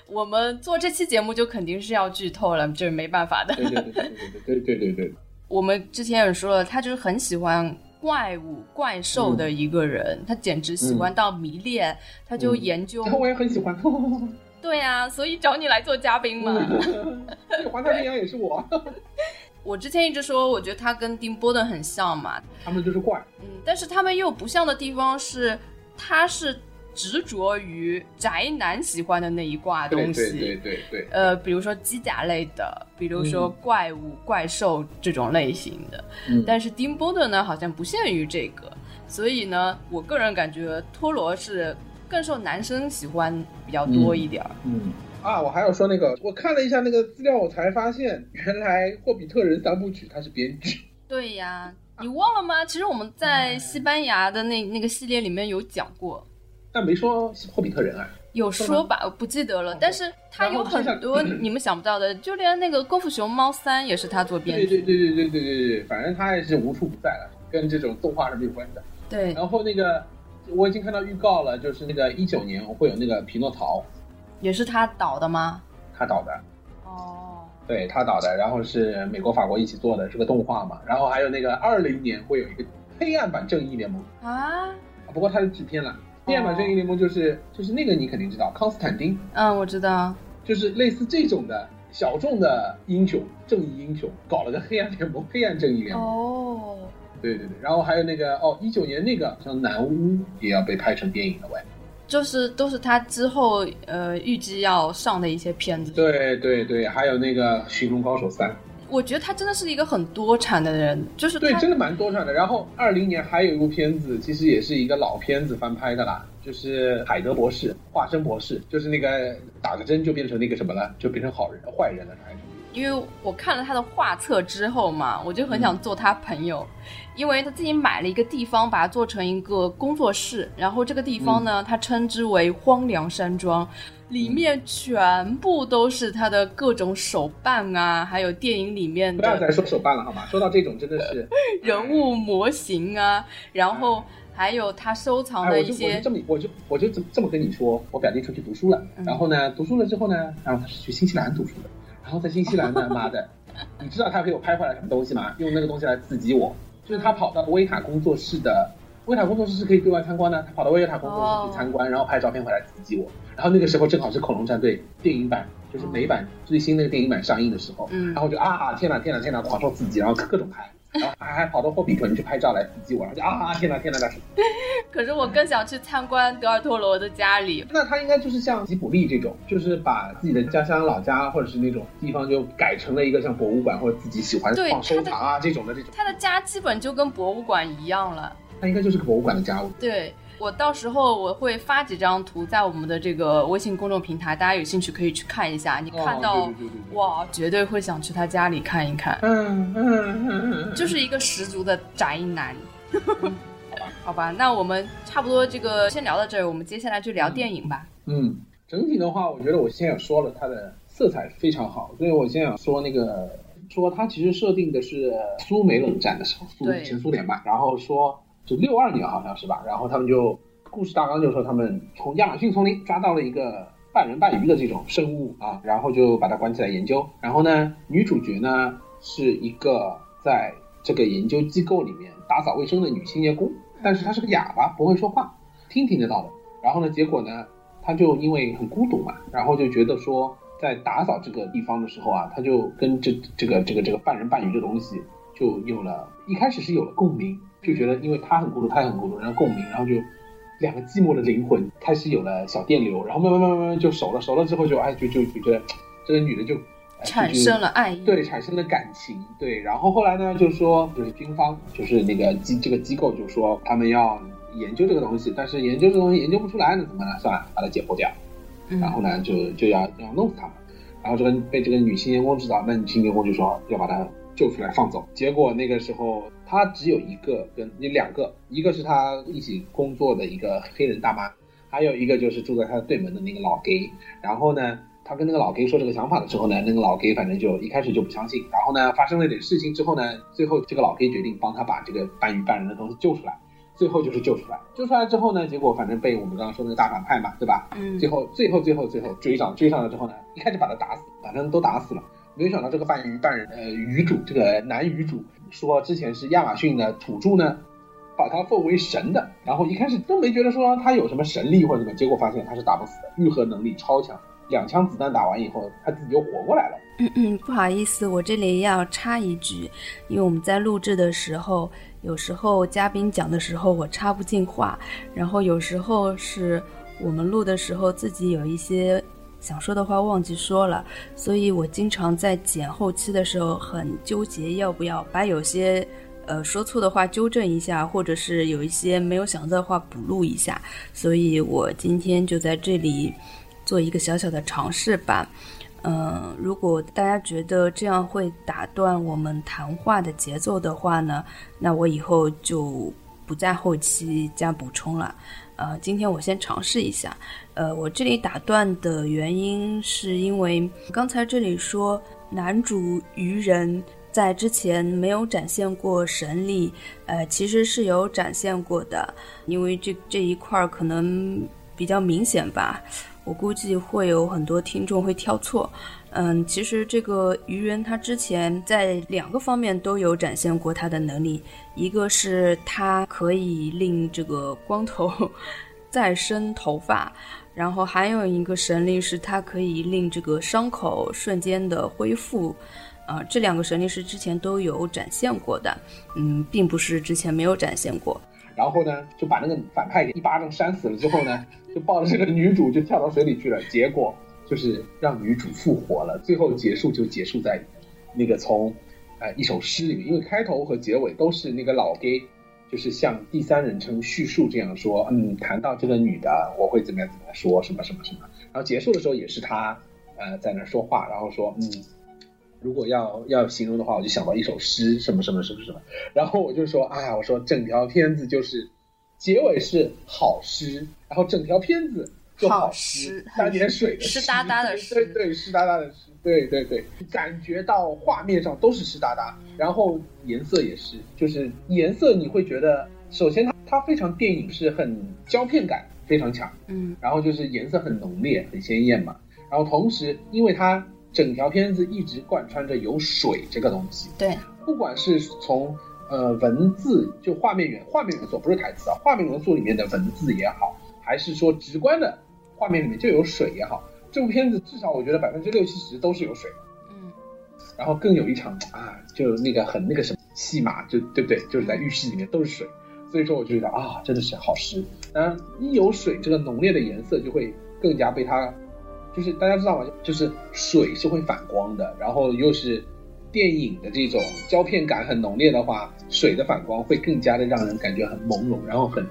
A: 我们做这期节目就肯定是要剧透了，这是没办法的。
B: 对对对对对对对对对
A: 我们之前也说了，他就是很喜欢怪物、怪兽的一个人，他简直喜
B: 嗯
A: 欢到迷恋，他就研究。
B: 对，我也很喜欢。
A: 对呀、所以找你来做嘉宾嘛。
B: 嗯对，环太平洋也是我，
A: 我之前一直说，我觉得他跟丁波顿很像嘛，
B: 他们就是怪。
A: 嗯，但是他们又不像的地方是，他是执着于宅男喜欢的那一挂东西。
B: 对对，
A: 呃，比如说机甲类的，比如说怪物、怪兽这种类型的。
B: 嗯
A: 但是丁波顿呢，好像不限于这个，所以呢，我个人感觉托罗是更受男生喜欢比较多一点儿。
B: 嗯啊，我还要说那个，我看了一下那个资料，我才发现原来《霍比特人》三部曲他是编剧。
A: 对呀，你忘了吗？其实我们在西班牙的那那个系列里面有讲过。
B: 但没说霍比特人啊，
A: 有说吧，我不记得了，但是他有很多你们想不到的，就连那个《功夫熊猫三》也是他做编
B: 对
A: 剧。
B: 对对对对对对对，反正他也是无处不在了，跟这种动画是没有关系的。
A: 对，
B: 然后那个我已经看到预告了，就是那个一九年会有那个匹诺曹
A: 也是他导的吗？
B: 他导的，
A: 哦，
B: 对他导的，然后是美国、法国一起做的，是个动画嘛。然后还有那个二零年会有一个黑暗版正义联盟，
A: 啊，
B: 啊不过它是制片了。黑暗版正义联盟就是就是那个你肯定知道，康斯坦丁
A: 嗯，我知道。
B: 就是类似这种的小众的英雄，正义英雄，搞了个黑暗联盟，黑暗正义联盟。
A: 哦，
B: 对对对，然后还有那个哦，一九年那个像南巫也要被拍成电影了喂。
A: 就是都是他之后呃预计要上的一些片子。，
B: 对对对，还有那个《寻龙高手三》，
A: 我觉得他真的是一个很多产的人，就是
B: 对，
A: 他
B: 真的蛮多产的。然后二零年还有一部片子，其实也是一个老片子翻拍的啦，就是海德博士、化身博士，就是那个打个针就变成那个什么了，就变成好人、坏人了，还是
A: 因为我看了他的画册之后嘛，我就很
B: 嗯
A: 想做他朋友，因为他自己买了一个地方，把它做成一个工作室，然后这个地方
B: 嗯
A: 呢，他称之为荒凉山庄，里面全部都是他的各种手办啊，还有电影里面
B: 不要
A: 的
B: 再说手办了好吗？说到这种真的是，
A: 人物模型啊，然后还有他收藏
B: 哎，
A: 的
B: 我
A: 一
B: 就我
A: 些
B: 就这么我就我就这么这么跟你说，我表弟出去读书了，
A: 嗯
B: 然后呢，读书了之后呢，然后他是去新西兰读书的，然后在新西兰 呢，妈的，你知道他给我拍回来什么东西吗？用那个东西来刺激我，就是他跑到威塔工作室的。威塔工作室是可以对外参观的，他跑到威塔工作室去参
A: 哦
B: 观，然后拍照片回来刺激我。然后那个时候正好是《恐龙战队》电影版，就是美版最新那个电影版上映的时候，
A: 哦嗯
B: 然后我就啊天哪天哪天哪，狂受刺激，然后各种拍。然后还还跑到霍比屯去拍照来刺激我，然后就啊啊天哪天哪大师！
C: 可是我更想去参观德尔托罗的家里。
B: 那他应该就是像吉卜力这种，就是把自己的家乡、老家或者是那种地方就改成了一个像博物馆或者自己喜欢
C: 对
B: 放收
C: 他的
B: 藏啊这种的这种，
C: 他的家基本就跟博物馆一样了。
B: 他应该就是个博物馆的家。
C: 对我到时候我会发几张图在我们的这个微信公众平台，大家有兴趣可以去看一下。你看到、
B: 哦、对对对对对
C: 哇，绝对会想去他家里看一看，
B: 嗯嗯嗯嗯，
C: 就是一个十足的宅男。 好吧，那我们差不多这个先聊到这儿，我们接下来就聊电影吧。
B: 嗯，整体的话，我觉得我现在说了它的色彩非常好，所以我现在想说那个说它其实设定的是苏美冷战的时候，苏
C: 对
B: 前苏联吧，然后说就六二年好像是吧，然后他们就故事大纲就说他们从亚马逊丛林抓到了一个半人半鱼的这种生物啊，然后就把它关起来研究，然后呢，女主角呢是一个在这个研究机构里面打扫卫生的女清洁工，但是她是个哑巴，不会说话，听听得到的。然后呢，结果呢，他就因为很孤独嘛，然后就觉得说，在打扫这个地方的时候啊，他就跟这这个这个这个半人半鱼的东西就有了，一开始是有了共鸣，就觉得因为他很孤独，他也很孤独，然后共鸣，然后就两个寂寞的灵魂开始有了小电流，然后慢慢慢慢慢慢就熟了，熟了之后就哎就就就觉得这个女的就、哎
C: 产
B: 就
C: 生了爱意，
B: 对，产生了感情，对。然后后来呢，就说就是军方，就是那个机这个机构就说他们要研究这个东西，但是研究这个东西研究不出来，那怎么办？算了，把它解剖掉。
C: 嗯
B: 然后呢，就就要要弄死他们。然后这个被这个女清洁工知道，那女清洁工就说要把他救出来放走。结果那个时候他只有一个跟有两个，一个是他一起工作的一个黑人大妈，还有一个就是住在他对门的那个老 gay。然后呢，他跟那个老 gay 说这个想法的时候呢，那个老 gay 反正就一开始就不相信。然后呢，发生了点事情之后呢，最后这个老 gay 决定帮他把这个半鱼半人的东西救出来。最后就是救出来，救出来之后呢，结果反正被我们刚刚说的那个大反派嘛，对吧？
C: 嗯
B: 最后最后最后最后追上追上了之后呢，一开始把他打死，反正都打死了。没有想到这个半鱼半人呃鱼主这个男鱼主说之前是亚马逊的土著呢，把他奉为神的，然后一开始都没觉得说他有什么神力或者什么，结果发现他是打不死的，愈合能力超强，两枪子弹打完以后他自己又活过来了。
A: 嗯嗯，不好意思，我这里要插一句，因为我们在录制的时候，有时候嘉宾讲的时候我插不进话，然后有时候是我们录的时候自己有一些想说的话忘记说了，所以我经常在剪后期的时候很纠结要不要把有些呃说错的话纠正一下，或者是有一些没有想到的话补录一下，所以我今天就在这里做一个小小的尝试吧。嗯，如果大家觉得这样会打断我们谈话的节奏的话呢，那我以后就不在后期加补充了。呃，今天我先尝试一下。呃，我这里打断的原因是因为刚才这里说男主愚人在之前没有展现过神力，呃，其实是有展现过的，因为这这一块儿可能比较明显吧。我估计会有很多听众会挑错。嗯，其实这个愚人他之前在两个方面都有展现过他的能力，一个是他可以令这个光头 再生头发，然后还有一个神力是他可以令这个伤口瞬间的恢复。啊、这两个神力是之前都有展现过的，嗯，并不是之前没有展现过。
B: 然后呢，就把那个反派给一巴掌扇死了之后呢， 就抱着这个女主就跳到水里去了。结果就是让女主复活了，最后结束就结束在那个从呃一首诗里面，因为开头和结尾都是那个老 gay，就是向第三人称叙述这样说，嗯，谈到这个女的，我会怎么样怎么样说什么什么什么。然后结束的时候也是他呃在那儿说话，然后说嗯。如果要要形容的话，我就想到一首诗，什么什么什么什么，然后我就说，哎呀，我说整条片子就是，结尾是好诗，然后整条片子就
C: 好
B: 诗
C: 诗，
B: 三点水 的
C: 湿哒哒的诗
B: 诗，对对，湿哒哒的诗，对对对，感觉到画面上都是湿哒哒，然后颜色也是，就是颜色你会觉得，首先它它非常电影是很胶片感非常强，
C: 嗯，
B: 然后就是颜色很浓烈，很鲜艳嘛，然后同时因为它整条片子一直贯穿着有水这个东西，
C: 对，
B: 不管是从呃文字就画面元画面元素不是台词啊，画面元素里面的文字也好，还是说直观的画面里面就有水也好，这部片子至少我觉得百分之六七十都是有水，
C: 嗯，
B: 然后更有一场啊，就那个很那个什么戏码，就对不对？就是在浴室里面都是水，所以说我就觉得啊，真的是好湿。当然，一有水，这个浓烈的颜色就会更加被它，就是大家知道吗？就是水是会反光的，然后又是电影的这种胶片感很浓烈的话，水的反光会更加的让人感觉很朦胧，然后很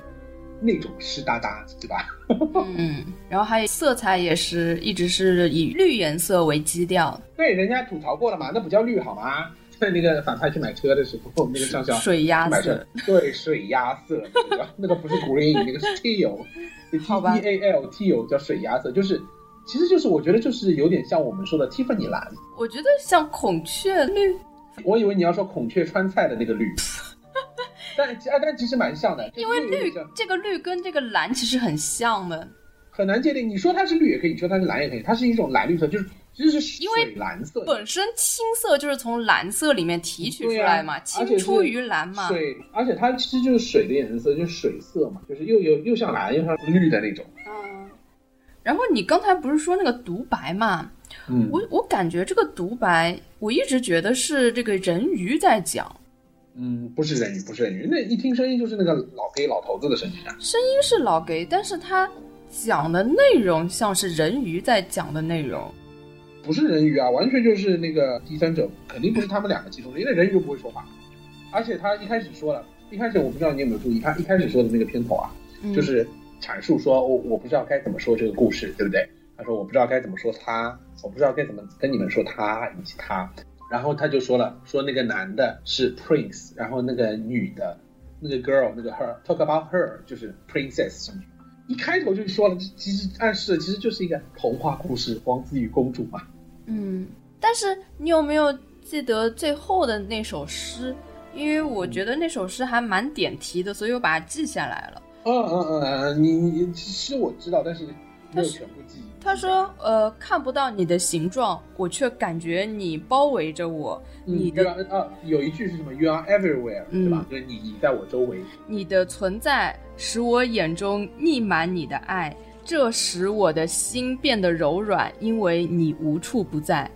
B: 那种湿哒哒，对吧？
A: 嗯，然后还有色彩也是一直是以绿颜色为基调，
B: 对，人家吐槽过了嘛，那不叫绿好吗？ 在那个反派去买车的时候，那个上校
A: 水鸭
B: 买
A: 色
B: 车。， 对，水鸭色，你知道那个不是 green，那个是 teal，T
A: 好吧
B: E A L teal 叫水鸭色，就是，其实就是我觉得就是有点像我们说的 Tiffany 蓝，
A: 我觉得像孔雀绿，
B: 我以为你要说孔雀川菜的那 个绿，但哎但其实蛮像的，
A: 因为
B: 就是有
A: 绿
B: 点像
A: 这个绿跟这个蓝其实很像的，
B: 很难界定，你说它是绿也可以，你说它是蓝也可以，它是一种蓝绿色，就是就是水
A: 因为
B: 蓝色，
A: 本身青色就是从蓝色里面提取出来嘛，
B: 对啊而且
A: 青
B: 是
A: 出于蓝嘛。
B: 水，而且它其实就是水的颜色，就是水色嘛，就是又有又像蓝又像绿的那种。
A: 然后你刚才不是说那个独白嘛？
B: 嗯，
A: 我我感觉这个独白，我一直觉得是这个人鱼在讲，
B: 嗯，不是人鱼，不是人鱼，那一听声音就是那个老给老头子的声音啊。
A: 声音是老给，但是他讲的内容像是人鱼在讲的内容。
B: 不是人鱼啊，完全就是那个第三者，肯定不是他们两个其中的，因为人鱼就不会说话。而且他一开始说了，一开始我不知道你有没有注意，他一开始说的那个片头啊，
A: 嗯
B: 就是阐述说哦我我不知道该怎么说这个故事，对不对？他说我不知道该怎么说他，我不知道该怎么跟你们说他以及他。然后他就说了，说那个男的是 prince，然后那个女的，那个 girl，那个 her，talk about her 就是 princess 上去。一开头就说了，这其实暗示的其实就是一个童话故事，王子与公主嘛。
A: 嗯，但是你有没有记得最后的那首诗？因为我觉得那首诗还蛮点题的，所以我把它记下来了。
B: 嗯嗯嗯嗯，你你其实我知道，但是没有全部记忆。
A: 他说：“呃，看不到你的形状，我却感觉你包围着我。
B: 嗯
A: 你的嗯
B: you are- 啊，有一句是什么？You are everywhere，、对吧？就是你你在我周围。
A: 你的存在使我眼中溢满你的爱，这使我的心变得柔软，因为你无处不在。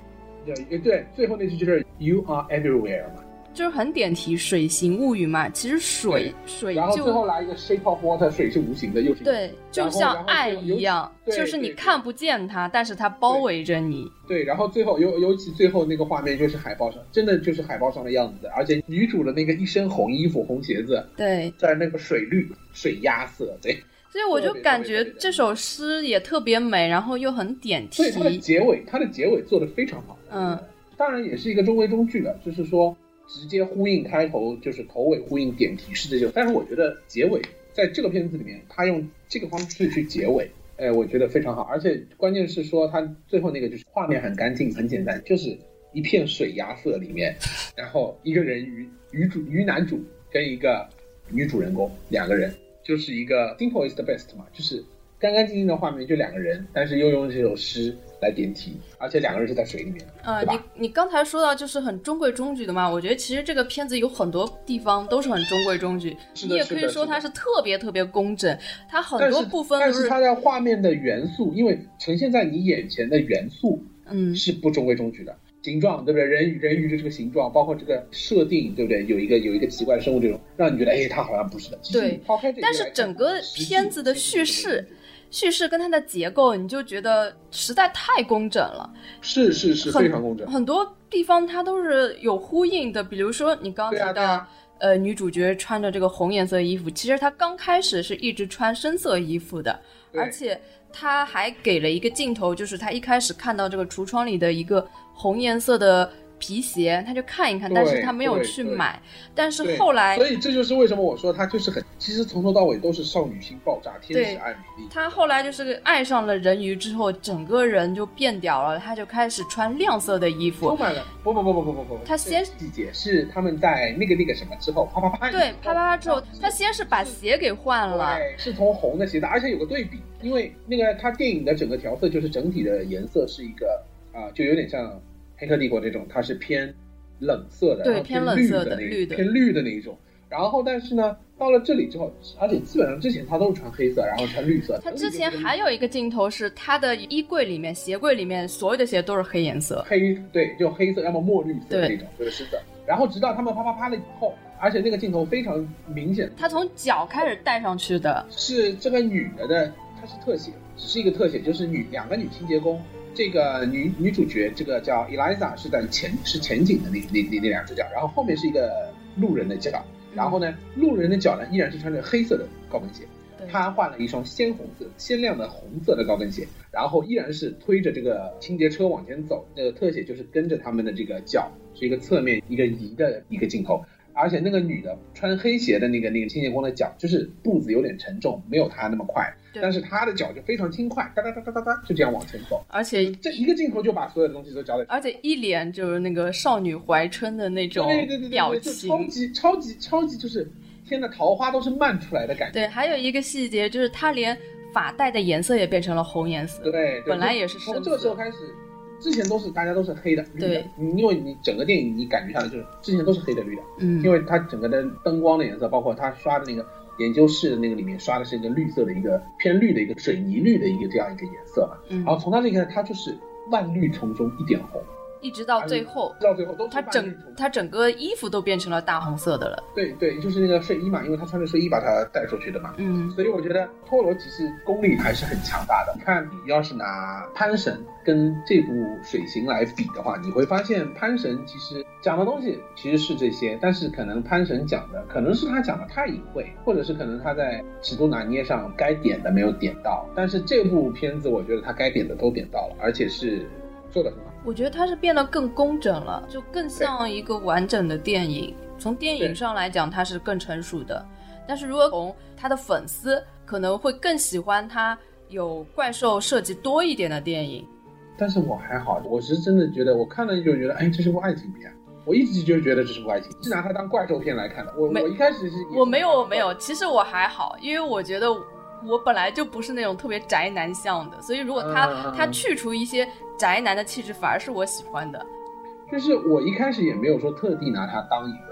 B: 对对，最后那句就是 You are everywhere 嘛，
A: 就是很点题，《水形物语》嘛，其实水水
B: 然后最后
A: 就
B: 来一个 shape of water，水是无形的，又是一个
A: 对，就
B: 然后
A: 像
B: 然后
A: 爱
B: 最后尤
A: 一样，
B: 对
A: 就是你
B: 对
A: 看不见它，但是它包围着你。
B: 对，然后最后尤尤其最后那个画面就是海报上，真的就是海报上的样子，而且女主的那个一身红衣服、红鞋子，
A: 对，
B: 在那个水绿、水鸭色，对，
A: 所以我就
B: 特别
A: 感
B: 特别特
A: 觉
B: 别
A: 这首诗也特别美，然后又很点
B: 所以它的
A: 题。
B: 结尾，它的结尾做的非常好，
A: 嗯，
B: 当然也是一个中规中矩的，就是说直接呼应开头，就是头尾呼应点题式的这种。但是我觉得结尾在这个片子里面，他用这个方式去结尾，哎，我觉得非常好。而且关键是说他最后那个就是画面很干净，很简单，就是一片水鸭色里面，然后一个人鱼鱼主鱼男主跟一个女主人公两个人，就是一个 simple is the best 嘛，就是。干干净净的画面就两个人，但是又用这首诗来点题，而且两个人是在水里面。
A: 呃，
B: 对吧
A: 你你刚才说到就是很中规中矩的嘛，我觉得其实这个片子有很多地方都是很中规中矩，
B: 是
A: 你
B: 的
A: 也可
B: 是
A: 以
B: 的
A: 说
B: 是的
A: 它是特别特别工整，它很
B: 但
A: 多
B: 是
A: 部分
B: 但
A: 都
B: 是它的画面的元素，因为呈现在你眼前的元素
A: 嗯
B: 是不中规中矩的。形状对不对？人鱼人鱼的这个形状，包括这个设定，对不对？有一个有一个奇怪的生物这种，让你觉得哎，它好像不是的。其实
A: 对
B: 你抛开这个来
A: 但
B: 看，
A: 是整个
B: 实际
A: 片子的叙事叙事跟它的结构，你就觉得实在太工整了，
B: 是是是
A: 很
B: 非常工整。
A: 很多地方它都是有呼应的，比如说你刚刚
B: 对啊
A: 提
B: 对
A: 到、
B: 啊
A: 呃，女主角穿着这个红颜色衣服，其实她刚开始是一直穿深色衣服的，
B: 对
A: 而且她还给了一个镜头，就是她一开始看到这个橱窗里的一个红颜色的皮鞋，她就看一看，
B: 对
A: 但是她没有
B: 对
A: 去
B: 对
A: 买，但是
B: 对
A: 后来
B: 所以这就是为什么我说它就是很，其实从头到尾都是少女心爆炸，天
A: 对
B: 使爱美丽。
A: 她后来就是爱上了人鱼之后，整个人就变掉了，她就开始穿亮色的衣服
B: 充，满了不不不不不不不，
A: 它先
B: 这个细节是他们在那个那个什么之后，啪啪啪，
A: 对，啪啪啪之后，她
B: 他
A: 先是把鞋给换了，
B: 对，是从红的鞋带，而且有个对比，因为那个它电影的整个调色就是整体的颜色是一个啊、就有点像《黑客帝国》这种，它是偏冷色的，
A: 对
B: 然后
A: 偏
B: 偏
A: 冷色
B: 的
A: 的
B: 那
A: 绿的
B: 偏绿的那一种。然后但是呢，到了这里之后，而且基本上之前他都是穿黑色，然后穿绿色。
A: 他之前还有一个镜头是他的衣柜里面、鞋柜里面所有的鞋都是黑颜色，
B: 黑，对，就黑色，要么墨绿色
A: 对
B: 那种，对，是的。然后直到他们啪啪啪了以后，而且那个镜头非常明显，
A: 他从脚开始戴上去的。
B: 是这个女的的，她是特写，只是一个特写，就是女两个女清洁工，这个女女主角这个叫 Eliza 是在前是前景的那那那那两只脚，然后后面是一个路人的脚，然后呢路人的脚呢依然是穿着黑色的高跟鞋，
A: 对
B: 她换了一双鲜红色鲜亮的红色的高跟鞋，然后依然是推着这个清洁车往前走，那个特写就是跟着他们的这个脚，是一个侧面一个移的一个镜头，而且那个女的穿黑鞋的那个那个清洁工的脚，就是步子有点沉重，没有她那么快，
A: 对
B: 但是她的脚就非常轻快，哒哒哒哒哒哒，就这样往前走。
A: 而且
B: 这一个镜头就把所有的东西都交代。
A: 而且一脸就是那个少女怀春的那种
B: 对对对对
A: 表
B: 对，就
A: 情。
B: 超级超级超级就是，天呐，桃花都是漫出来的感觉。
A: 对，还有一个细节就是她连发带的颜色也变成了红颜色。
B: 对，对
A: 本来
B: 就
A: 也是
B: 从
A: 深
B: 这个时候
A: 色
B: 开始，之前都是大家都是黑的，绿的
A: 对，
B: 因为你整个电影你感觉下来就是之前都是黑的绿的，
A: 嗯
B: 因，为它整个的灯光的颜色，包括它刷的那个研究室的那个里面刷的是一个绿色的一个偏绿的一个水泥绿的一个这样一个颜色嘛，
A: 嗯
B: 然后从它这个它就是万绿丛中一点红，
A: 一直到最后，
B: 到最后都是
A: 她
B: 万绿丛
A: 整她整个衣服都变成了大红色的了。
B: 对对，就是那个睡衣嘛，因为他穿着睡衣把它带出去的嘛。
A: 嗯，
B: 所以我觉得托罗其实功力还是很强大的。你看，你要是拿《潘神》跟这部《水行》来比的话，你会发现《潘神》其实讲的东西其实是这些，但是可能《潘神》讲的可能是他讲的太隐晦，或者是可能他在尺度拿捏上该点的没有点到。但是这部片子，我觉得他该点的都点到了，而且是做的很好。
A: 我觉得她是变得更工整了，就更像一个完整的电影。从电影
B: 对
A: 上来讲，她是更成熟的。但是如果从她的粉丝可能会更喜欢她有怪兽设计多一点的电影。
B: 但是我还好，我是真的觉得我看了就觉得，哎，这是部爱情片。我一直就觉得这是部爱情，是拿它当怪兽片来看的。我
A: 没
B: 我一开始是
A: 我没有，我没有。其实我还好，因为我觉得我本来就不是那种特别宅男向的，所以如果他、
B: 嗯嗯嗯
A: 他去除一些宅男的气质，反而是我喜欢的。
B: 就是我一开始也没有说特地拿它当一个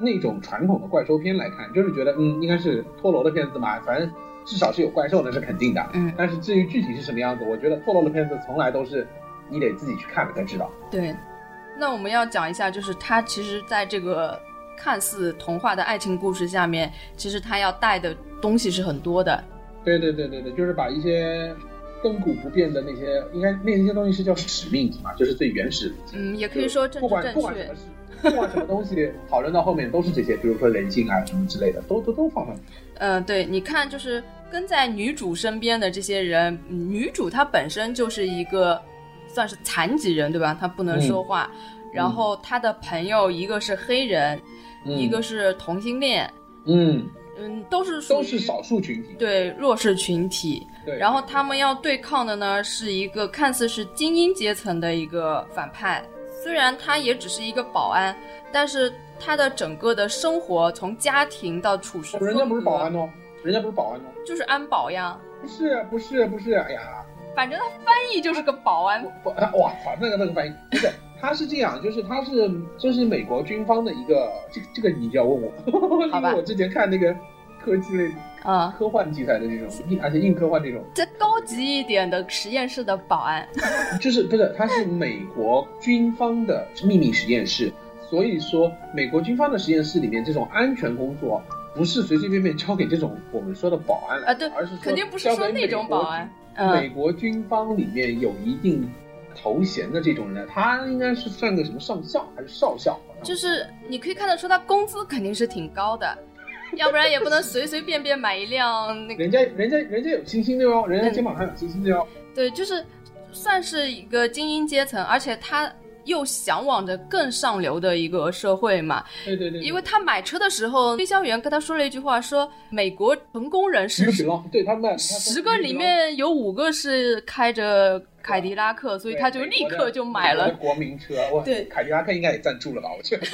B: 那种传统的怪兽片来看，就是觉得嗯，应该是托罗的片子嘛，反正至少是有怪兽那是肯定的。
A: 嗯，
B: 但是至于具体是什么样子，我觉得托罗的片子从来都是你得自己去看了才知道。
A: 对。那我们要讲一下，就是他其实在这个看似童话的爱情故事下面，其实他要带的东西是很多的。
B: 对对对对对，就是把一些亘古不变的那些，应该那些东西是叫使命级嘛，就是最原始的级
A: 嗯，也可以说政
B: 不
A: 治
B: 管
A: 正
B: 不管什
A: 确
B: 么。事，不管什么东西，讨论到后面都是这些，比如说人性啊什么之类的，都都都放上去。
A: 呃，对，你看，就是跟在女主身边的这些人，嗯女主她本身就是一个算是残疾人，对吧？她不能说话，然后她的朋友一个是黑人，
B: 嗯
A: 一个是同性恋，
B: 嗯，
A: 嗯，都是属于
B: 都是少数群体。
A: 对弱势群体。
B: 对，
A: 然后他们要对抗的呢，是一个看似是精英阶层的一个反派。虽然他也只是一个保安，但是他的整个的生活，从家庭到处事，
B: 人家不是保安，哦，人家不是保安哦，
A: 就是安保呀。
B: 不是不是不是，哎呀，
A: 反正他翻译就是个保安
B: 我。不哇操，那个那个翻译不是。他是这样，就是他是这是美国军方的一个，这个这个你要问我，
A: 好
B: 因
A: 吧
B: 为我之前看那个科技类、
A: 啊、
B: 科幻题材的这种，硬而且硬科幻这种，
A: 这高级一点的实验室的保安。
B: 就是不是，它是美国军方的秘密实验室，所以说美国军方的实验室里面这种安全工作不是随随便便交给这种我们说的保安来
A: 啊对
B: 而是说
A: 肯定不是
B: 交
A: 说
B: 给
A: 那种
B: 美国
A: 保安
B: 军。
A: 嗯
B: 美国军方里面有一定头衔的这种人，他应该是算个什么上校还是少校？好像
A: 就是你可以看得出他工资肯定是挺高的，要不然也不能随随便便买一辆那个。
B: 人家人家人家有星星的哟，人家肩膀上有星星的哟。
A: 对，就是算是一个精英阶层，而且他又向往着更上流的一个社会嘛。
B: 对对对，
A: 因为他买车的时候，推销员跟他说了一句话，说美国成功人
B: 十
A: 士
B: 个比浪，对他们他
A: 十个里面有五个是开着凯迪拉克，所以他就立刻就买
B: 美
A: 了。
B: 国的国民车。哇，
A: 对
B: 凯迪拉克应该也赞助了吧？我觉得。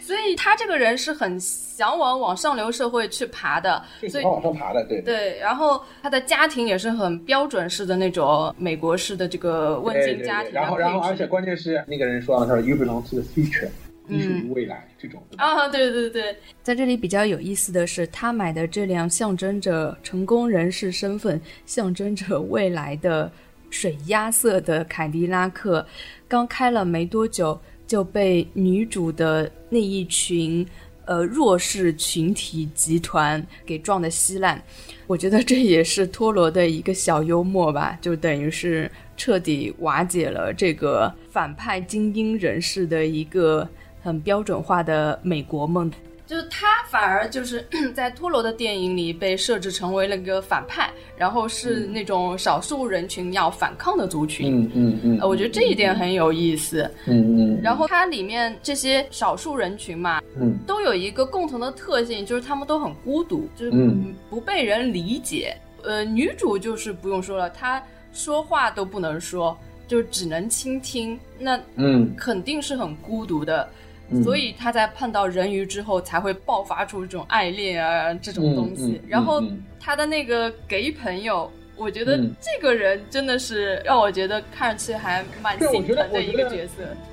A: 所以他这个人是很向往往上流社会去爬的，
B: 就
A: 所以
B: 喜欢往上爬的，对。
A: 对。然后他的家庭也是很标准式的那种美国式的这个温
B: 对对
A: 馨家
B: 对
A: 庭
B: 然
A: 啊
B: 后，
A: 配
B: 然后，
A: 置
B: 而且关键是那个人说了，他说 “You belong to the future”，
A: 嗯
B: 你属于未来这种的。
A: 啊，对对对，
D: 在这里比较有意思的是，他买的这辆象征着成功人士身份、象征着未来的水鸭色的凯迪拉克，刚开了没多久就被女主的那一群呃弱势群体集团给撞得稀烂。我觉得这也是托罗的一个小幽默吧，就等于是彻底瓦解了这个反派精英人士的一个很标准化的美国梦。
A: 就是他反而就是 在托罗的电影里被设置成为了一个反派，然后
D: 嗯
A: 是那种少数人群要反抗的族群。
B: 嗯嗯嗯
A: 呃，我觉得这一点很有意思。
B: 嗯嗯，
A: 然后它里面这些少数人群嘛，
B: 嗯
A: 都有一个共同的特性，就是他们都很孤独，就是
B: 嗯
A: 不被人理解。呃，女主就是不用说了，她说话都不能说，就只能倾听，那
B: 嗯
A: 肯定是很孤独的。
B: 嗯，
A: 所以她在碰到人鱼之后，才会爆发出这种爱恋啊这种东西。
B: 嗯嗯嗯
A: 然后
B: 嗯
A: 她的那个 gay 朋友。我觉得
B: 嗯
A: 这个人真的是让我觉得看上去还蛮
B: 对我
A: 心
B: 觉得
A: 疼的
B: 我
A: 一
B: 觉
A: 个
B: 得
A: 角色。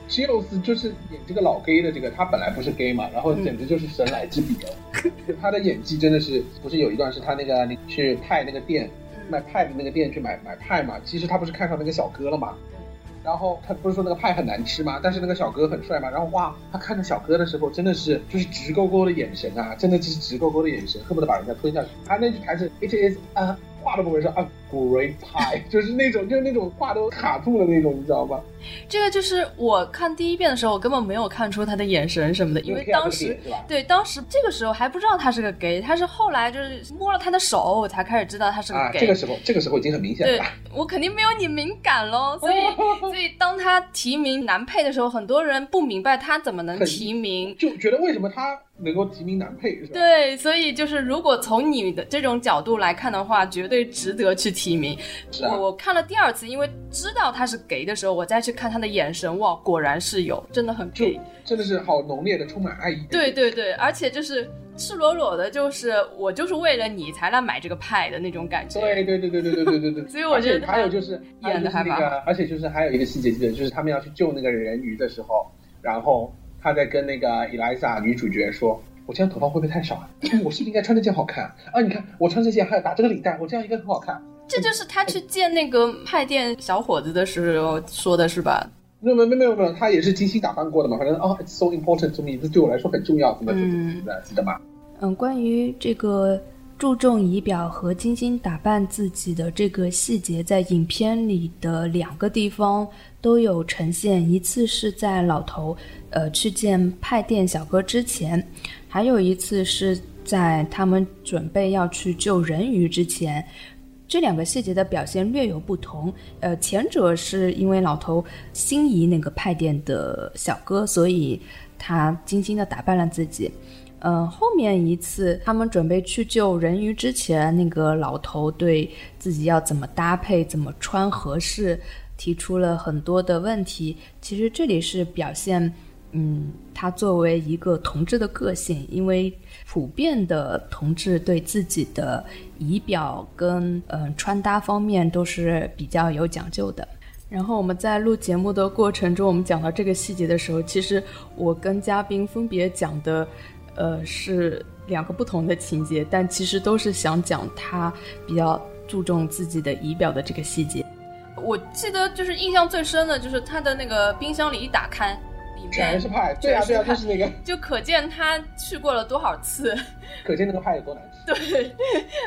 B: Chills 就是演这个老 gay 的这个，他本来不是 gay 嘛，然后简直就是神来之笔哦。
A: 嗯
B: 他的演技真的是，不是有一段是他那个你去派那个店
A: 嗯
B: 卖派的那个店去买买派嘛？其实他不是看上那个小哥了嘛？
A: 嗯
B: 然后他不是说那个派很难吃吗？但是那个小哥很帅嘛？然后哇，他看着小哥的时候，真的是就是直勾勾的眼神啊，真的是直勾勾的眼神，恨不得把人家吞下去。他那句台词，It is 啊，话都不会说啊，great pie，就是 那种就是那种话都卡住了那种，你知道吗？
A: 这个就是我看第一遍的时候，我根本没有看出他的眼神什么的，因为
B: 有这样的
A: 当时
B: 点是吧？
A: 对当时这个时候还不知道他是个 gay，他是后来就是摸了他的手，我才开始知道他是
B: 啊，
A: gay。
B: 这个时候，这个时候已经很明显了
A: 对
B: 吧。
A: 我肯定没有你敏感喽，所以
B: 哦
A: 所以当他提名男配的时候，很多人不明白他怎么能
B: 很
A: 提名。
B: 就觉得为什么他能够提名男配是吧？
A: 对，所以就是如果从你的这种角度来看的话，绝对值得去提名。
B: 是啊
A: 我，我看了第二次，因为知道他是 gay 的时候，我再去看他的眼神，哇，果然是有，真的很
B: 就
A: gay。
B: 真的是好浓烈的，充满爱意。
A: 对，对对，而且就是赤裸裸的，就是我就是为了你才来买这个派的那种感觉。
B: 对对对对对对对对 对。
A: 所以我觉得
B: 而且还有就是
A: 他演得还
B: 还有就是那个，而且就是还有一个细节，记得就是他们要去救那个人鱼的时候，然后他在跟那个伊莱莎女主角说。我这样头发会不会太少啊？ 我是不是应该穿这件好看啊？啊你看我穿这件还有打这个领带，我这样应该很好看。
A: 这就是他去见那个派店小伙子的时候说的是吧？
B: 没有没有没有没有，他也是精心打扮过的嘛。反正哦，it's so important to me，这对我来说很重要，怎么怎么怎么
A: 嗯
B: 的，记得吗？
D: 嗯，关于这个注重仪表和精心打扮自己的这个细节，在影片里的两个地方都有呈现。一次是在老头呃去见派店小哥之前，还有一次是在他们准备要去救人鱼之前。这两个细节的表现略有不同。呃，前者是因为老头心仪那个派店的小哥，所以他精心的打扮了自己。呃，后面一次他们准备去救人鱼之前，那个老头对自己要怎么搭配、怎么穿合适，提出了很多的问题。其实这里是表现，嗯，他作为一个同志的个性，因为普遍的同志对自己的仪表跟嗯、呃穿搭方面都是比较有讲究的。然后我们在录节目的过程中，我们讲到这个细节的时候，其实我跟嘉宾分别讲的，呃，是两个不同的情节，但其实都是想讲他比较注重自己的仪表的这个细节。
A: 我记得就是印象最深的就是他的那个冰箱里一打开，里
B: 全是
A: 面
B: 派，对啊对啊，
A: 全
B: 就是是那个，
A: 就可见他去过了多少次。
B: 可见那个派有多难吃。
A: 对，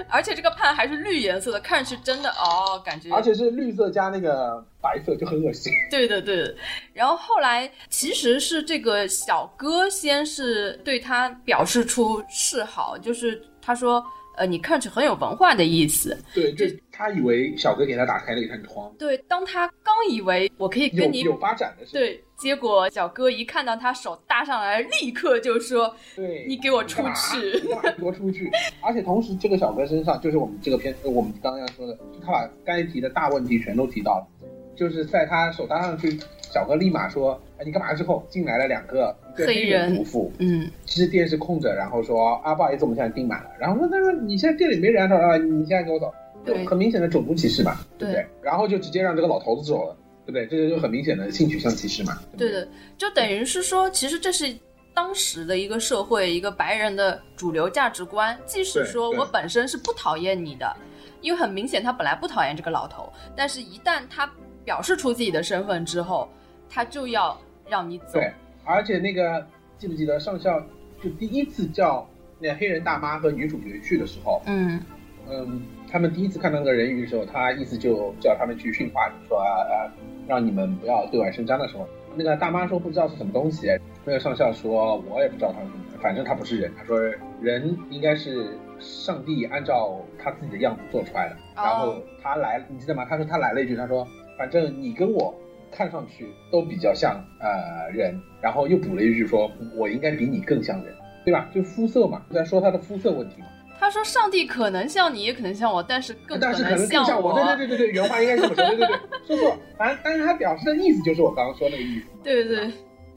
A: 而且这个盼还是绿颜色的，看上去真的哦，感觉
B: 而且是绿色加那个白色，就很恶心。
A: 对的，对的。然后后来其实是这个小哥先是对他表示出示好，就是他说，呃，你看上去很有文化的意思。
B: 对，就他以为小哥给他打开了一扇窗，
A: 对，当他刚以为我可以
B: 有
A: 跟你
B: 有发展的是
A: 对，结果小哥一看到他手搭上来，立刻就说
B: 对，：“
A: 你给我
B: 你
A: 出
B: 干嘛
A: 去
B: 你干嘛给我出去？而且同时，这个小哥身上就是我们这个片，呃我们刚刚要说的，就他把该提的大问题全都提到了。就是在他手搭上去，小哥立马说：“哎，你干嘛？”之后进来了两个一对
A: 黑人
B: 夫妇，！”
A: 嗯，
B: 其实店是空着，然后说啊，不好意思，我们现在订满了。然后说啊他说你现在店里没啊人，他说啊，你现在给我走，就
A: 对
B: 很明显的种族歧视嘛，对不
A: 对
B: 对？然后就直接让这个老头子走了。对不对？这个就很明显的性取向歧视嘛。
A: 对
B: 不
A: 的，就等于是说，其实这是当时的一个社会，一个白人的主流价值观。即使
B: 对
A: 说
B: 对
A: 我本身是不讨厌你的，因为很明显他本来不讨厌这个老头，但是一旦他表示出自己的身份之后，他就要让你走。
B: 对，而且那个记不记得上校就第一次叫那黑人大妈和女主角去的时候，
A: 嗯，
B: 嗯，他们第一次看到那个人鱼的时候，他意思就叫他们去驯化，说啊啊，让你们不要对外伸张的时候，那个大妈说不知道是什么东西，那个上校说我也不知道他是什么，反正他不是人，他说人应该是上帝按照他自己的样子做出来的。然后他来，你记得吗？他说他来了一句，他说反正你跟我看上去都比较像呃人，然后又补了一句说我应该比你更像人，对吧？就肤色嘛，在说他的肤色问题嘛。
A: 他说：“上帝可能像你，也可能像我，但是更
B: 但是可
A: 能
B: 能更像
A: 我。
B: 我，对对对对对，原话应该是这么说，对对对，说错，反正但是他表示的意思就是我刚刚说那个意思，
A: 对对对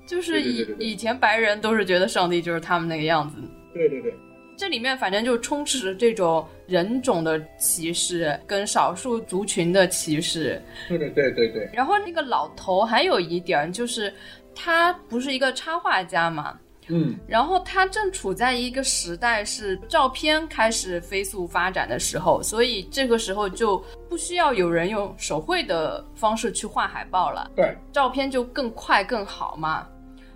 A: 就是
B: 对对
A: 以
B: 对对对
A: 以前白人都是觉得上帝就是他们那个样子，
B: 对对对，
A: 这里面反正就充斥着这种人种的歧视跟少数族群的歧视。
B: 对对对对对，
A: 然后那个老头还有一点就是，他不是一个插画家嘛，
B: 嗯，
A: 然后他正处在一个时代是照片开始飞速发展的时候，所以这个时候就不需要有人用手绘的方式去画海报了，
B: 对
A: 照片就更快更好嘛。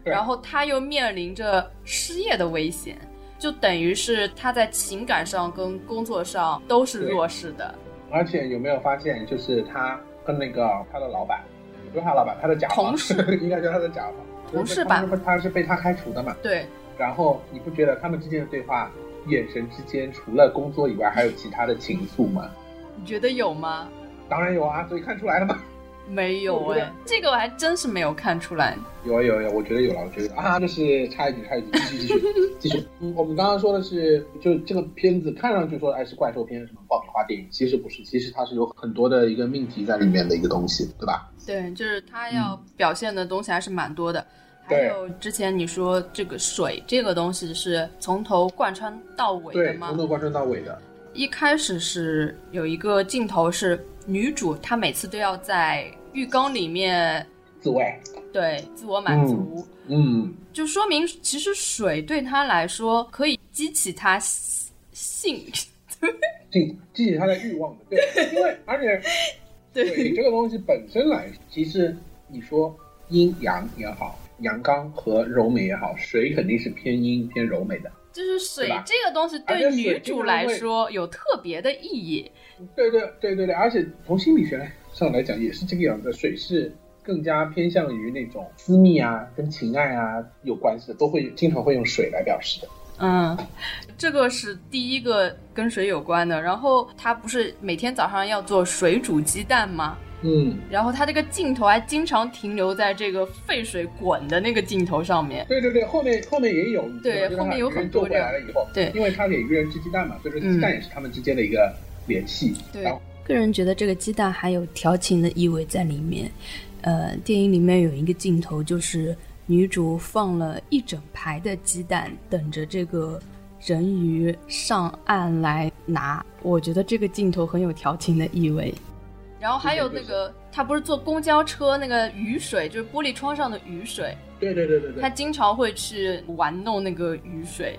B: 对
A: 然后他又面临着失业的危险，就等于是他在情感上跟工作上都是弱势的。
B: 而且有没有发现，就是他跟那个他的老板，也不是他老板，他的甲方，
A: 同事
B: 应该叫他的甲方，
A: 同事
B: 就是
A: 吧
B: 他是他是被他开除的嘛，
A: 对
B: 然后你不觉得他们之间的对话，眼神之间除了工作以外，还有其他的情愫吗？
A: 你觉得有吗？
B: 当然有啊，所以看出来了吗？
A: 没有
B: 我觉
A: 哎
B: 得，
A: 这个我还真是没有看出来。
B: 有啊有啊有啊，我觉得有了，我觉得啊，就是插一句插一句，继续继续 继续。嗯，我们刚刚说的是，就这个片子看上去说哎是怪兽片，什么爆米花电影，其实不是，其实它是有很多的一个命题在里面的一个东西，对吧？
A: 对，就是他要表现的东西还是蛮多的。还
B: 嗯对
A: 有之前你说这个水这个东西是从头贯穿到尾的
B: 对，
A: 吗？
B: 从头贯穿到尾的，
A: 一开始是有一个镜头是女主她每次都要在浴缸里面
B: 自慰，
A: 对自我满足，
B: 嗯，
A: 就说明其实水对她来说可以激起她性，
B: 激激起他的欲望的， 对，因为而且
A: 对
B: 水这个东西本身来说，其实你说阴阳也好，阳刚和柔美也好，水肯定是偏阴偏柔美的。
A: 就是水
B: 对吧
A: 这个东西
B: 而且
A: 对
B: 水
A: 女
B: 经
A: 主
B: 常
A: 来
B: 会
A: 说有特别的意义。
B: 对对对对对，而且从心理学上来讲也是这个样子，水是更加偏向于那种私密啊、跟情爱啊有关系的，都会经常会用水来表示的。
A: 嗯，这个是第一个跟水有关的。然后他不是每天早上要做水煮鸡蛋吗？
B: 嗯，
A: 然后他这个镜头还经常停留在这个沸水滚的那个镜头上面。
B: 对对对，后面后面也有，
A: 对
B: 就是
A: 后面有很多
B: 他把鱼人救回来了以后，
A: 对嗯
B: 因为他给鱼人吃鸡蛋嘛，所以说鸡蛋也是他们之间的一个联系。
A: 对
B: 然后
D: 个人觉得这个鸡蛋还有调情的意味在里面。呃，电影里面有一个镜头，就是女主放了一整排的鸡蛋，等着这个人鱼上岸来拿。我觉得这个镜头很有调情的意味。
A: 然后还有那个，他不是坐公交车那个雨水，就是玻璃窗上的雨水，
B: 对对对对
A: 他
B: 对，
A: 经常会去玩弄那个雨水。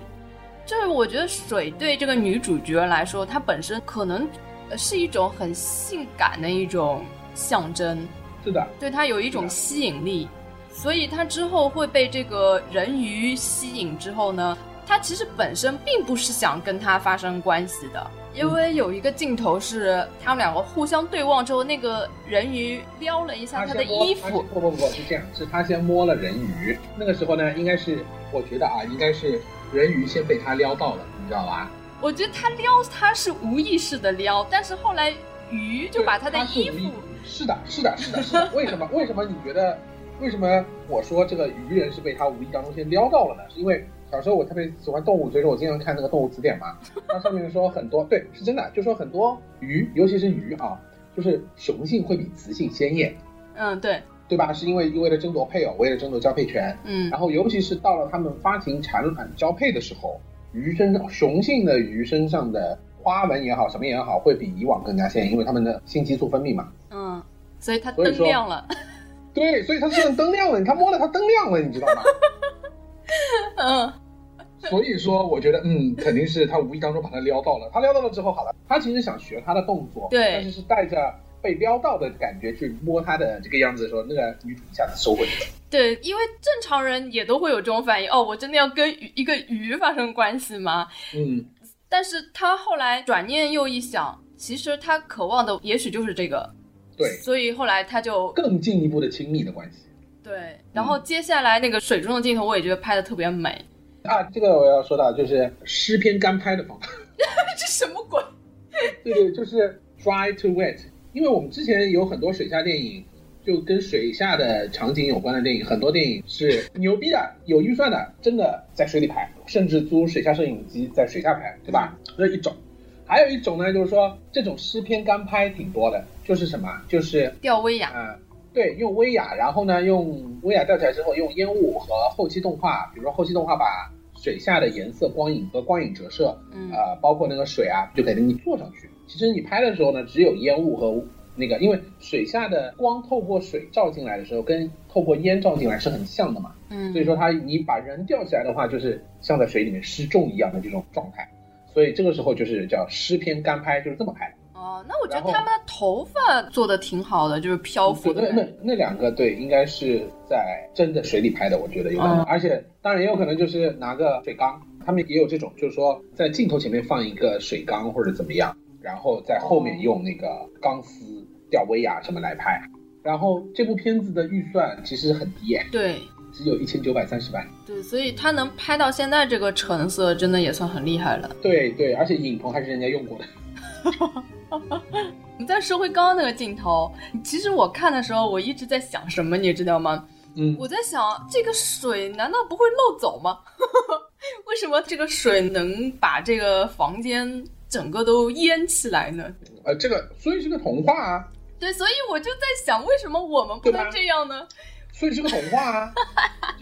A: 就是我觉得水对这个女主角来说，它本身可能呃是一种很性感的一种象征。
B: 是啊的，
A: 对他有一种吸引力，所以他之后会被这个人鱼吸引之后呢，他其实本身并不是想跟他发生关系的，因为有一个镜头是他们两个互相对望之后，那个人鱼撩了一下
B: 他
A: 他的
B: 先摸
A: 衣
B: 他
A: 服，
B: 不不不，是这样，是他先摸了人鱼。那个时候呢，应该是我觉得啊，应该是人鱼先被他撩到了，你知道吧？
A: 我觉得他撩他是无意识的撩，但是后来鱼就把他的衣
B: 对
A: 服，
B: 它是无意是的，是的，是的，是 的。为什么？为什么你觉得？为什么我说这个鱼人是被他无意当中先撩到了呢？是因为小时候我特别喜欢动物，所以说我经常看那个动物词典嘛。它上面说很多，对，是真的，就说很多鱼，尤其是鱼啊，就是雄性会比雌性鲜艳，
A: 嗯，对，
B: 对吧？是因为为了争夺配偶，为了争夺交配权，
A: 嗯
B: 然后尤其是到了它们发情产卵交配的时候，鱼身上雄性的鱼身上的花纹也好，什么也好，会比以往更加鲜艳，因为它们的性激素分泌嘛。
A: 嗯，所以它
B: 所以
A: 灯
B: 说
A: 亮了。
B: 对，所以他身上灯亮了，你他摸了他灯亮了，你知道吗？
A: 嗯，
B: 所以说，我觉得，嗯，肯定是他无意当中把他撩到了。他撩到了之后，好了，他其实想学他的动作，
A: 对
B: 但是是带着被撩到的感觉去摸他的这个样子的时候，那个女主一下子收回去了。
A: 对，因为正常人也都会有这种反应。哦，我真的要跟鱼一个鱼发生关系吗？
B: 嗯，
A: 但是他后来转念又一想，其实他渴望的也许就是这个，
B: 对，
A: 所以后来他就
B: 更进一步的亲密的关系
A: 对。然后接下来那个水中的镜头，我也觉得拍的特别美。
B: 啊，这个我要说到就是湿片干拍的方法，
A: 这什么鬼？
B: 对对，就是 dry to wet，因为我们之前有很多水下电影。就跟水下的场景有关的电影，很多电影是牛逼的、有预算的，真的在水里拍，甚至租水下摄影机在水下拍，对吧？这是一种。还有一种呢，就是说这种湿片干拍挺多的，就是什么？就是
A: 吊威亚，
B: 嗯，对，用威亚，然后呢，用威亚吊起来之后，用烟雾和后期动画，比如说后期动画把水下的颜色、光影和光影折射，
A: 嗯
B: 呃，包括那个水啊，就给你做上去。其实你拍的时候呢，只有烟雾和那个，因为水下的光透过水照进来的时候，跟透过烟照进来是很像的嘛。
A: 嗯，
B: 所以说它你把人吊起来的话，就是像在水里面失重一样的这种状态。所以这个时候就是叫湿片干拍，就是这么拍的。
A: 哦，那我觉
B: 然
A: 得
B: 后
A: 他们的头发做的挺好的，就是漂浮的
B: 对，
A: 感
B: 那
A: 觉
B: 那那两个对，应该是在真的水里拍的，我觉得有可能。
A: 嗯
B: 而且当然也有可能就是拿个水缸，他们也有这种，就是说在镜头前面放一个水缸或者怎么样，然后在后
A: 哦
B: 面用那个钢丝吊威亚什么来拍。然后这部片子的预算其实很低耶，
A: 对
B: 只有一千九百三十万。
A: 对，所以他能拍到现在这个成色，真的也算很厉害了。
B: 对对，而且影棚还是人家用过的。
A: 我们再说回刚刚那个镜头，其实我看的时候，我一直在想什么，你知道吗？
B: 嗯，
A: 我在想，这个水难道不会漏走吗？ 为什么这个水能把这个房间整个都淹起来呢？
B: 呃，这个所以是个童话啊，
A: 对，所以我就在想，为什么我们不
B: 对吧
A: 能这样呢？
B: 所以是个童话 啊，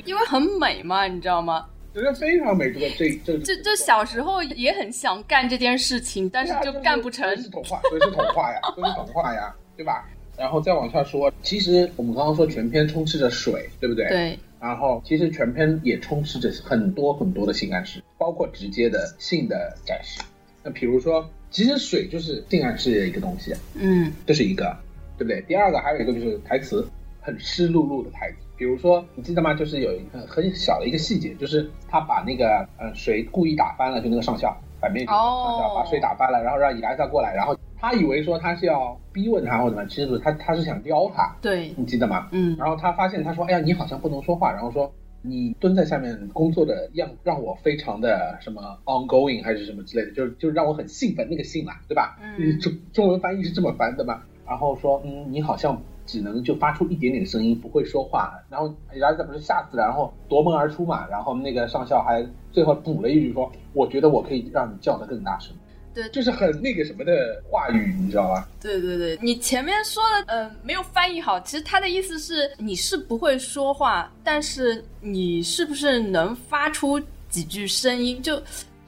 A: 因为很美嘛，你知道吗？
B: 觉得非常美。这个这这
A: 这这小时候也很想干这件事情，但是
B: 对啊
A: 就
B: 这
A: 干不成。
B: 这是童话，这是童话呀，这是童话呀，对吧？然后再往下说，其实我们刚刚说全篇充斥着水，对不对？。
A: 对，
B: 然后其实全篇也充斥着很多很多的性暗示，包括直接的性的展示。那比如说，其实水就是性暗示的一个东西，啊
A: 嗯，
B: 这是一个，对不对？第二个还有一个就是台词，很湿漉漉的台词。比如说，你记得吗？就是有一个很小的一个细节，就是他把那个呃谁故意打翻了，就那个上校反面上校
A: 哦
B: 把水打翻了，然后让伊莱莎过来，然后他以为说他是要逼问他或者怎么样，其实不是，他他是想撩他，
A: 对，
B: 你记得吗？
A: 嗯，
B: 然后他发现他说，哎呀，你好像不能说话，然后说你蹲在下面工作的样，让我非常的什么 ongoing 还是什么之类的，就是就是让我很兴奋那个兴嘛，对吧？
A: 嗯
B: 中中文翻译是这么翻的嘛。然后说，嗯，你好像只能就发出一点点声音，不会说话。然后然后他不是吓死了，然后夺门而出嘛。然后那个上校还最后补了一句说，我觉得我可以让你叫得更大声。
A: 对
B: 就是很那个什么的话语，你知道吗？
A: 对对对，你前面说的呃没有翻译好，其实他的意思是你是不会说话，但是你是不是能发出几句声音，就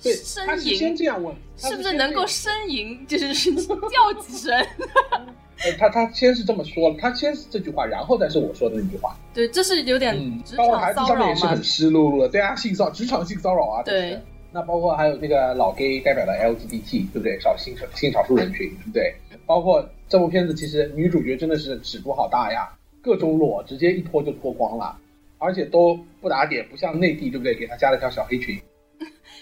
B: 对，
A: 呻
B: 他是先
A: 吟，
B: 这样问，他
A: 是不
B: 先
A: 是能
B: 这
A: 够
B: 样
A: 呻吟，就是叫几声？
B: 呃，他他先是这么说了，他先是这句话，然后再是我说的那句话。嗯
A: 对，这是有点职
B: 包括孩
A: 场
B: 子
A: 骚
B: 上面
A: 扰
B: 也是
A: 嘛
B: 很。湿漉漉的，对啊，性骚职场性骚扰啊，这
A: 对
B: 是。那包括还有那个老 gay 代表了 LGBT，对不对？少性少性少数人群，对不对？包括这部片子，其实女主角真的是尺度好大呀，各种裸，直接一脱就脱光了，而且都不打点，不像内地，对不对？给她加了条小黑裙，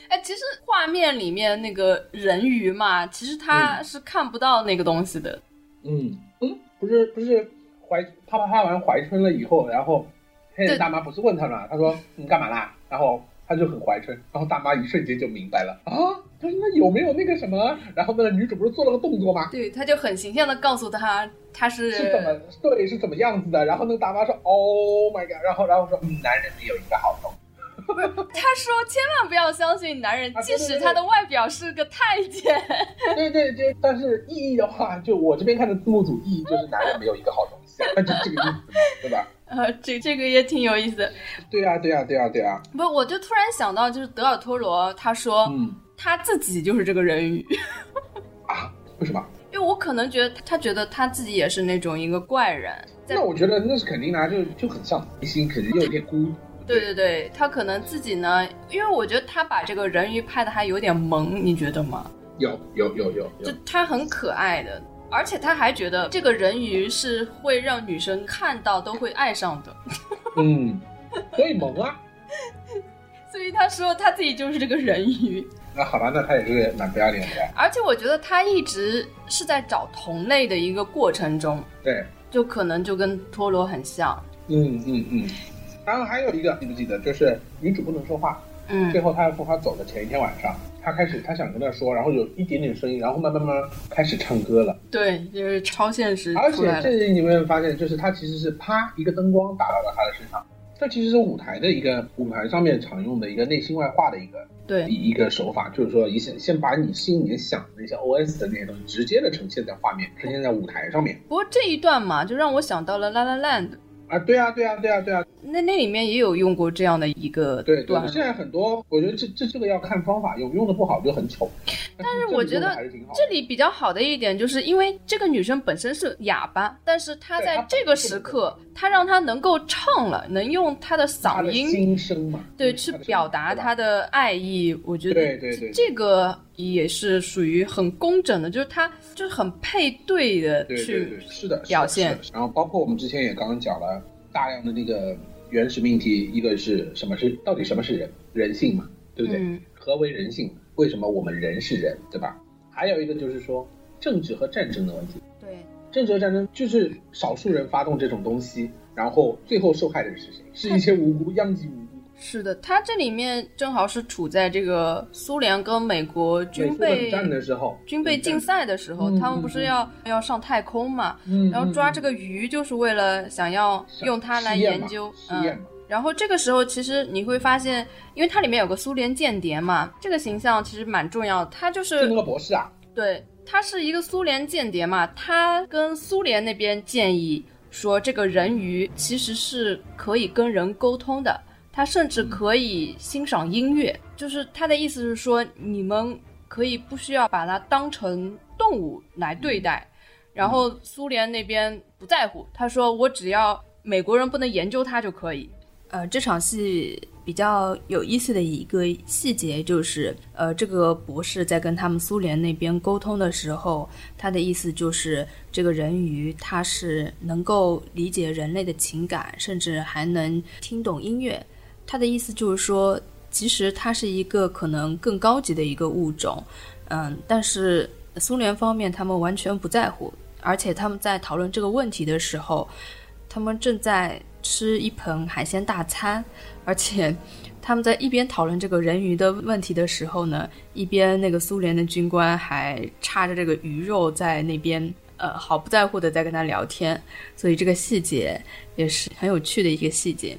A: 哎，其实画面里面那个人鱼嘛，其实他是看不到那个东西的。
B: 嗯嗯，不是不是怀啪啪啪完怀春了以后，然后黑人
A: 对
B: 大妈不是问他嘛，他说你干嘛啦？然后他就很怀春，然后大妈一瞬间就明白了啊，他说那有没有那个什么？然后那个女主不是做了个动作吗？
A: 对，他就很形象的告诉他他是
B: 是怎么对是怎么样子的？然后那个大妈说 Oh my god，然后然后说嗯，男人没有一个好东西。
A: 他说千万不要相信男人
B: 啊，对
A: 即使
B: 对对
A: 他的外表是个太监。
B: 对对对，但是意义的话，就我这边看的字幕组意义就是男人没有一个好东西，那就这个意思嘛，对吧？
A: 呃，这这个也挺有意思的。
B: 对啊对啊对啊对啊，
A: 不，我就突然想到，就是德尔托罗，他说、
B: 嗯
A: 他自己就是这个人鱼，
B: 啊，为什么？
A: 因为为我可能觉得他觉得他自己也是那种一个怪人，在
B: 那我觉得那是肯定的、啊，就就很像明星，肯定有点孤独。
A: 对对对，他可能自己呢，因为我觉得他把这个人鱼拍的还有点萌，你觉得吗？
B: 有有有有
A: 就
B: 有，
A: 他很可爱的，而且他还觉得这个人鱼是会让女生看到都会爱上的，
B: 嗯，所以萌啊。
A: 所以他说他自己就是这个人鱼。
B: 那好吧，那他也是蛮不要脸的。
A: 而且我觉得他一直是在找同类的一个过程中，
B: 对，
A: 就可能就跟陀螺很像。
B: 嗯嗯嗯。然后还有一个，记不记得，就是女主不能说话。
A: 嗯
B: 最后她要送她走的前一天晚上，她开始她想跟她说，然后有一点点声音，然后慢慢慢慢开始唱歌了。
A: 对，就是超现实
B: 而
A: 出来
B: 且
A: 了。
B: 这你有没有发现，就是她其实是啪一个灯光打到了她的身上。这其实是舞台的一个舞台上面常用的一个内心外化的一个
A: 对，
B: 一一个手法，就是说一先先把你心里面想的那些 OS 的那些东西直接的呈现在画面，呈现在舞台上面
A: 不过这一段嘛，就让我想到了《La La Land》，
B: 啊，对啊，对啊，对啊，对啊，
A: 那那里面也有用过这样的一个
B: 对对
A: 段，落
B: 现。在很多我觉得这这这个要看方法用，用的不好就很丑。但
A: 但
B: 是
A: 是
B: 这
A: 我
B: 个
A: 觉
B: 用得
A: 得
B: 还是挺好的
A: 这里比较好的一点，就是因为这个女生本身是哑巴，但是她
B: 对
A: 在
B: 她
A: 这个时刻，她让她能够唱了，能用她的
B: 她
A: 嗓
B: 的
A: 音，
B: 心声嘛，
A: 对，
B: 嗯
A: 去
B: 她的声
A: 表
B: 音
A: 达
B: 对吧
A: 她的爱意。我觉得
B: 对对对
A: 这个也是属于很工整的，就是她就是很配对的
B: 对对
A: 去
B: 对，是的，是的
A: 表现。
B: 是的然后包括我们之前也刚刚讲了大量的那个原始命题，一个是什么是到底什么是人人性嘛，对不对？
A: 嗯
B: 何为人性？为什么我们人是人，对吧？还有一个就是说政治和战争的问题，
D: 对，
B: 政治和战争就是少数人发动这种东西，然后最后受害的人是谁？是一些无辜殃及无辜。
A: 是的，她这里面正好是处在这个苏联跟美国
B: 美
A: 军
B: 苏冷
A: 备
B: 战的时候，
A: 军备竞赛的时候，
B: 嗯
A: 他们不是要、要上太空嘛？
B: 嗯，嗯，
A: 然后抓这个鱼，就是为了想要
B: 嗯
A: 用它来
B: 实验嘛
A: 研究，
B: 实验
A: 嗯。
B: 嘛。
A: 然后这个时候，其实你会发现，因为它里面有个苏联间谍嘛，这个形象其实蛮重要的。他就
B: 就是那个博士啊，
A: 对，他是一个苏联间谍嘛，他跟苏联那边建议说，这个人鱼其实是可以跟人沟通的，他甚至可以欣赏音乐，就是他的意思是说，你们可以不需要把它当成动物来对待。然后苏联那边不在乎，他说我只要美国人不能研究它就可以。
D: 呃，这场戏比较有意思的一个细节就是，呃，这个博士在跟他们苏联那边沟通的时候，他的意思就是，呃这个人鱼他是能够理解人类的情感，甚至还能听懂音乐。他的意思就是说，其实它是一个可能更高级的一个物种，嗯，但是苏联方面他们完全不在乎，而且他们在讨论这个问题的时候，他们正在吃一盆海鲜大餐，而且 他们在一边讨论这个人鱼的问题的时候呢，一边那个苏联的军官还插着这个鱼肉在那边，呃，毫不在乎的在跟他聊天，所以这个细节也是很有趣的一个细节。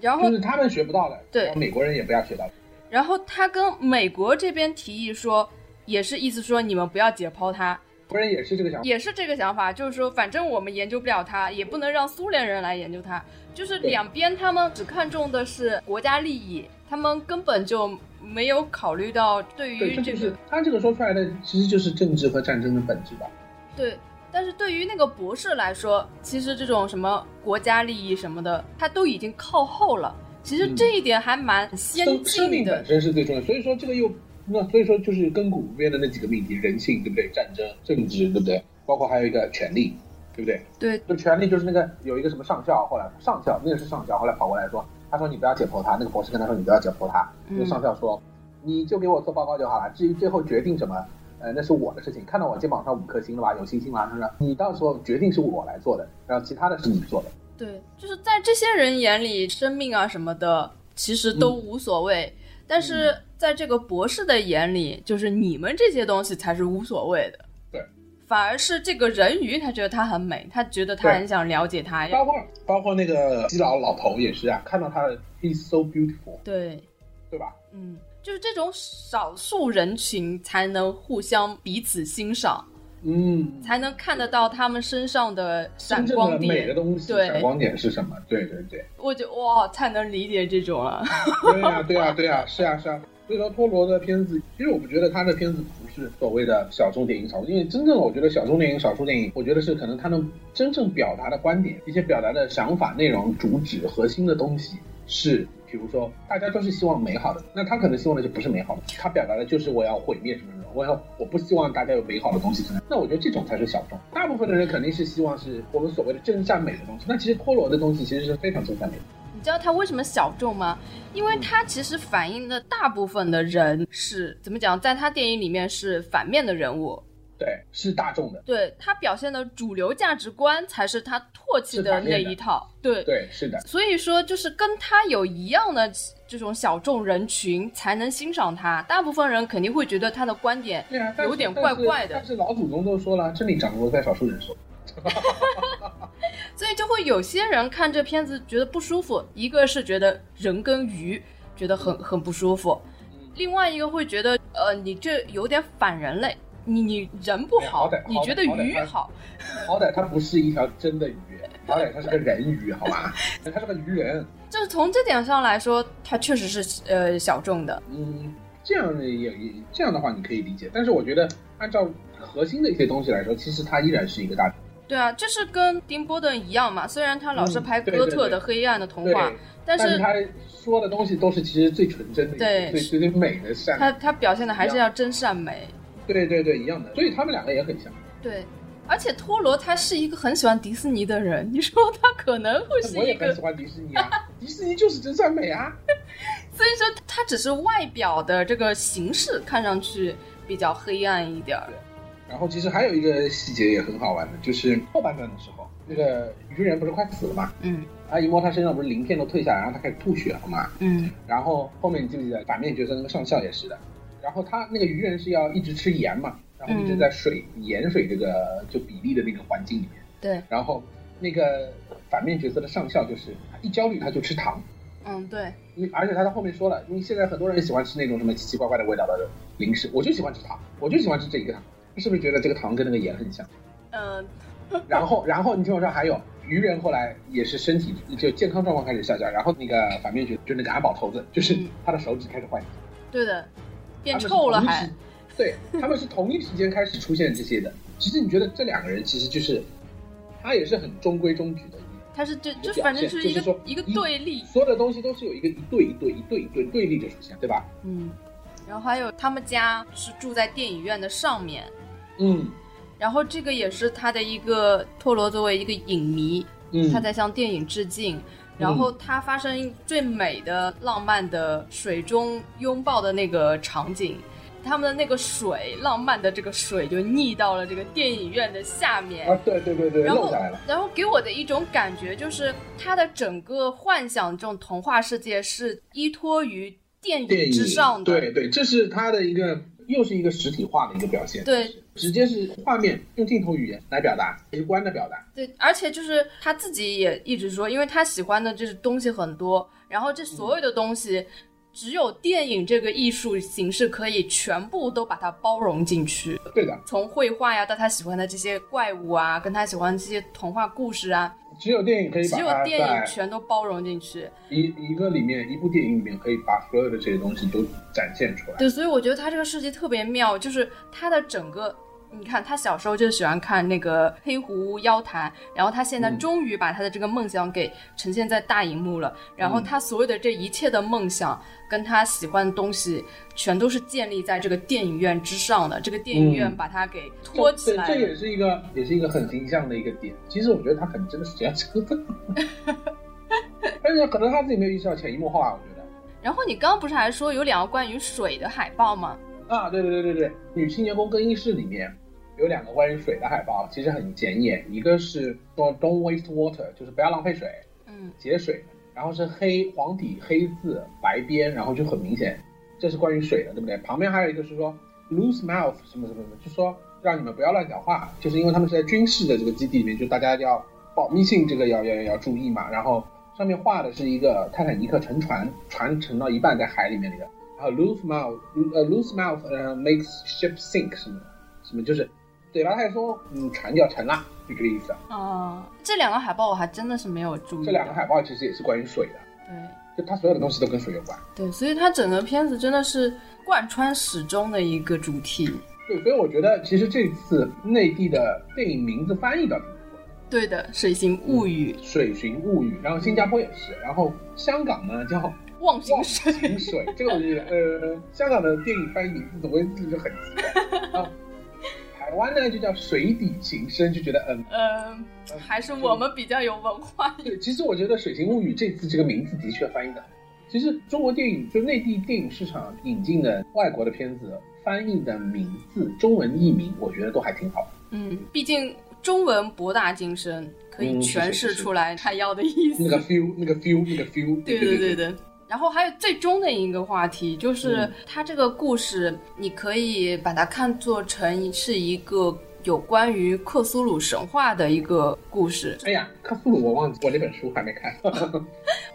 A: 然后
B: 就是他们学不到的，
A: 对
B: 然后美国人也不要学到的。
A: 然后他跟美国这边提议说，也是意思说你们不要解剖它，
B: 美国人也是这个想法，
A: 也是这个想法，就是说反正我们研究不了它，也不能让苏联人来研究它，就是
B: 对
A: 两边他们只看重的是国家利益，他们根本就没有考虑到对
B: 对，
A: 于
B: 这
A: 这
B: 就是
A: 个
B: 他这个说出来的，其实就是政治和战争的本质吧。
A: 对。但是对于那个博士来说，其实这种什么国家利益什么的，他都已经靠后了。其实
B: 嗯
A: 这一点还蛮先
B: 生生
A: 进
B: 命
A: 的
B: 本，身是最重要的，所以说这个又那所以说就是亘古不变的那几个命题，人性对不对？战争、政治对不对？包括还有一个权力，对不对？
A: 对，
B: 就权力就是那个有一个什么上校，后来上校那个是上校，后来跑过来说，他说你不要解剖他，那个博士跟他说你不要解剖他，
A: 嗯
B: 那个上校说你就给我做报告就好了，至于最后决定什么。呃，那是我的事情，看到我肩膀上五颗星了吧？有星星了，是不是？你到时候决定是我来做的，然后其他的是你做的。
A: 对，就是在这些人眼里，生命啊什么的其实
B: 嗯
A: 都无所谓，但是在这个博士的眼里，就是你们这些东西才是无所谓的。
B: 对，
A: 反而是这个人鱼，他觉得它很美，他觉得他
B: 对
A: 很想了解它。
B: 包括包括那个基佬老头也是啊，看到他的 he's so beautiful，
A: 对，
B: 对吧？
A: 嗯，就是这种少数人群才能互相彼此欣赏，
B: 嗯，
A: 才能看得到他们身上的闪
B: 真正
A: 光
B: 的美的
A: 点。
B: 东西，
A: 对
B: 闪光点是什么？对对对，
A: 我就哇，太能理解这种了。
B: 对呀、对呀、对呀、是啊是啊。所以说，托罗的片子，其实我们觉得他的片子不是所谓的小众电影、少数，因为真正我觉得小众电影、少数电影，我觉得是可能他能真正表达的观点、一些表达的想法、内容、主旨、核心的东西是。比如说，大家都是希望美好的，那他可能希望的就不是美好的，他表达的就是我要毁灭什么什么，我要我不希望大家有美好的东西存在。那我觉得这种才是小众，大部分的人肯定是希望是我们所谓的真善美的东西。那其实托罗的东西其实是非常真善美的。
A: 你知道它为什么小众吗？因为它其实反映的大部分的人是怎么讲，在他电影里面是反面的人物，
B: 对，是大众的，
A: 对他表现的主流价值观才是他唾弃的那一套，对。
B: 对，是的，
A: 所以说，就是跟他有一样的这种小众人群才能欣赏他，大部分人肯定会觉得他的观点
B: 对啊，但是
A: 有点怪怪的
B: 但是但是老祖宗都说了，真理掌握在少数人手。
A: 所以就会有些人看这片子觉得不舒服，一个是觉得人跟鱼觉得很很不舒服，另外一个会觉得呃你这有点反人类，你你人不好
B: 哎好歹，
A: 你觉得
B: 好歹
A: 鱼
B: 好歹
A: 好，
B: 好歹它不是一条真的鱼，好歹它是个人鱼，好吧？它是个鱼人。
A: 就是从这点上来说，它确实是呃小众的。
B: 嗯，这样的也也这样的话你可以理解，但是我觉得按照核心的一些东西来说，其实它依然是一个大
A: 对啊，就是跟丁波顿一样嘛，虽然他老是
B: 嗯
A: 拍
B: 对
A: 哥
B: 对
A: 特
B: 对
A: 的《黑暗的童
B: 嗯对，
A: 话》但
B: 是
A: 是
B: 他说的东西都是其实最纯真的，
A: 对
B: 最最最美的善
A: 他他表现的还是要真善美。
B: 对对对，一样的，所以他们两个也很像。
A: 对，而且托罗他是一个很喜欢迪士尼的人，你说他可能会是
B: 我
A: 一
B: 也
A: 个
B: 很喜，欢迪士尼啊，迪士尼就是真善美啊。
A: 所以说他只是外表的这个形式看上去比较黑暗一点儿。
B: 然后其实还有一个细节也很好玩的，就是后半段的时候，那个鱼人不是快死了嘛，
A: 嗯
B: 阿姨摸他身上不是鳞片都退下来，然后他开始吐血了嘛。
A: 嗯，
B: 然后后面你记不记得反面角色那个上校也是的，然后他那个鱼人是要一直吃盐嘛，然后一直在水、盐水这个就比例的那个环境里面。
A: 对，
B: 然后那个反面角色的上校就是他一焦虑他就吃糖，
A: 嗯对，
B: 因为而且他在后面说了，因为现在很多人喜欢吃那种什么奇奇怪怪的味道的零食，我就喜欢吃糖，我就喜欢吃这一个糖，是不是觉得这个糖跟那个盐很像？
A: 嗯、
B: 然后然后你听我说，还有鱼人后来也是身体就健康状况开始下降，然后那个反面角就那个安保头子，就是
A: 嗯
B: 他的手指开始坏，
A: 对的，变
B: 他们啊是
A: 臭了
B: 同一
A: 还
B: 时。对，他们是同一时间开始出现这些的。其实你觉得这两个人其实就是，他也是很中规中矩的一
A: 他是这
B: 就
A: 就反正
B: 表现
A: 是一
B: 就是
A: 个
B: 说
A: 一个
B: 一
A: 对立，
B: 所有的东西都是有一个一对一对一对一对对立的出现，对吧？
A: 嗯，然后还有他们家是住在电影院的上面，
B: 嗯
A: 然后这个也是他的一个托罗作为一个影迷，
B: 嗯
A: 他在向电影致敬。然后他发生最美的、浪漫的水中拥抱的那个场景，他们的那个水，浪漫的这个水就溺到了这个电影院的下面。
B: 啊，对对对对，
A: 然后
B: 漏下来了。
A: 然后给我的一种感觉就是，他的整个幻想这种童话世界是依托于电影
B: 电影
A: 之上的。
B: 对对，这是他的一个又是一个实体化的一个表现，
A: 对，
B: 直接是画面用镜头语言来表达，直观的表达。
A: 对，而且就是他自己也一直说，因为他喜欢的就是东西很多，然后这所有的东西，只有电影这个艺术形式可以全部都把它包容进去，
B: 对的，
A: 从绘画呀到他喜欢的这些怪物啊，跟他喜欢的这些童话故事啊，
B: 只有电影可以把
A: 只有
B: 它
A: 电影
B: 在
A: 全都包容进去。
B: 一一个里面一部电影里面可以把所有的这些东西都展现出来。
A: 对，所以我觉得他这个设计特别妙，就是他的整个。你看，他小时候就喜欢看那个《黑狐妖谈》，然后他现在
B: 嗯
A: 终于把他的这个梦想给呈现在大荧幕了。然后
B: 嗯
A: 他所有的这一切的梦想跟他喜欢的东西，全都是建立在这个电影院之上的。这个电影院
B: 嗯
A: 把他给托起
B: 对，
A: 来
B: 这
A: 了。
B: 也是一个也是一个很形象的一个点。其实我觉得他可能真的是这样 想的，但是可能他自己没有意识到潜移默化，我觉得。
A: 然后你刚刚不是还说有两个关于水的海报吗？
B: 啊，对对对对对，女青年宫更衣室里面有两个关于水的海报，其实很显眼，一个是说 Don't waste water，就是不要浪费水，
A: 嗯，
B: 节水，然后是黑黄底黑字白边，然后就很明显，这是关于水的，对不对？旁边还有一个是说 loose mouth 什么什么什么，就说让你们不要乱讲话，就是因为他们是在军事的这个基地里面，就大家要保密性这个要要要注意嘛。然后上面画的是一个泰坦尼克沉船，船沉到一半在海里面那个，还有 loose mouth 呃 loose mouth 呃 makes ship sink 什么什么，就是嘴巴太松，嗯，船就要沉了，就这个意思。
A: 哦啊、这两个海报我还真的是没有注意。
B: 这两个海报其实也是关于水的。
A: 对
B: 就它所有的东西都跟水有关。
A: 对，所以它整个片子真的是贯穿始终的一个主题。
B: 对，所以我觉得其实这次内地的电影名字翻译倒挺多的，
A: 对的，《水形物语
B: 《水寻物语》，然后新加坡也是，然后香港呢叫《》
A: 忘形
B: 忘
A: 水，
B: 情水，这个我就觉得，呃，香港的电影翻译名字总会字就很奇怪。然后台湾呢就叫水底情深，就觉得嗯，
A: 嗯、还是我们比较有文化。
B: 对，其实我觉得《水形物语》这次这个名字的确翻译的好。其实中国电影就内地电影市场引进的外国的片子，翻译的名字中文译名，我觉得都还挺好的。
A: 嗯，毕竟中文博大精深，可以
B: 嗯是
A: 诠
B: 是
A: 释
B: 是
A: 出来它要的意思。
B: 那个 feel，那个 feel，那个 feel，
A: 对
B: 对
A: 对对对。然后还有最终的一个话题，就是
B: 嗯
A: 它这个故事，你可以把它看作成是一个有关于克苏鲁神话的一个故事。
B: 哎呀，克苏鲁我忘记，我那本书还没看。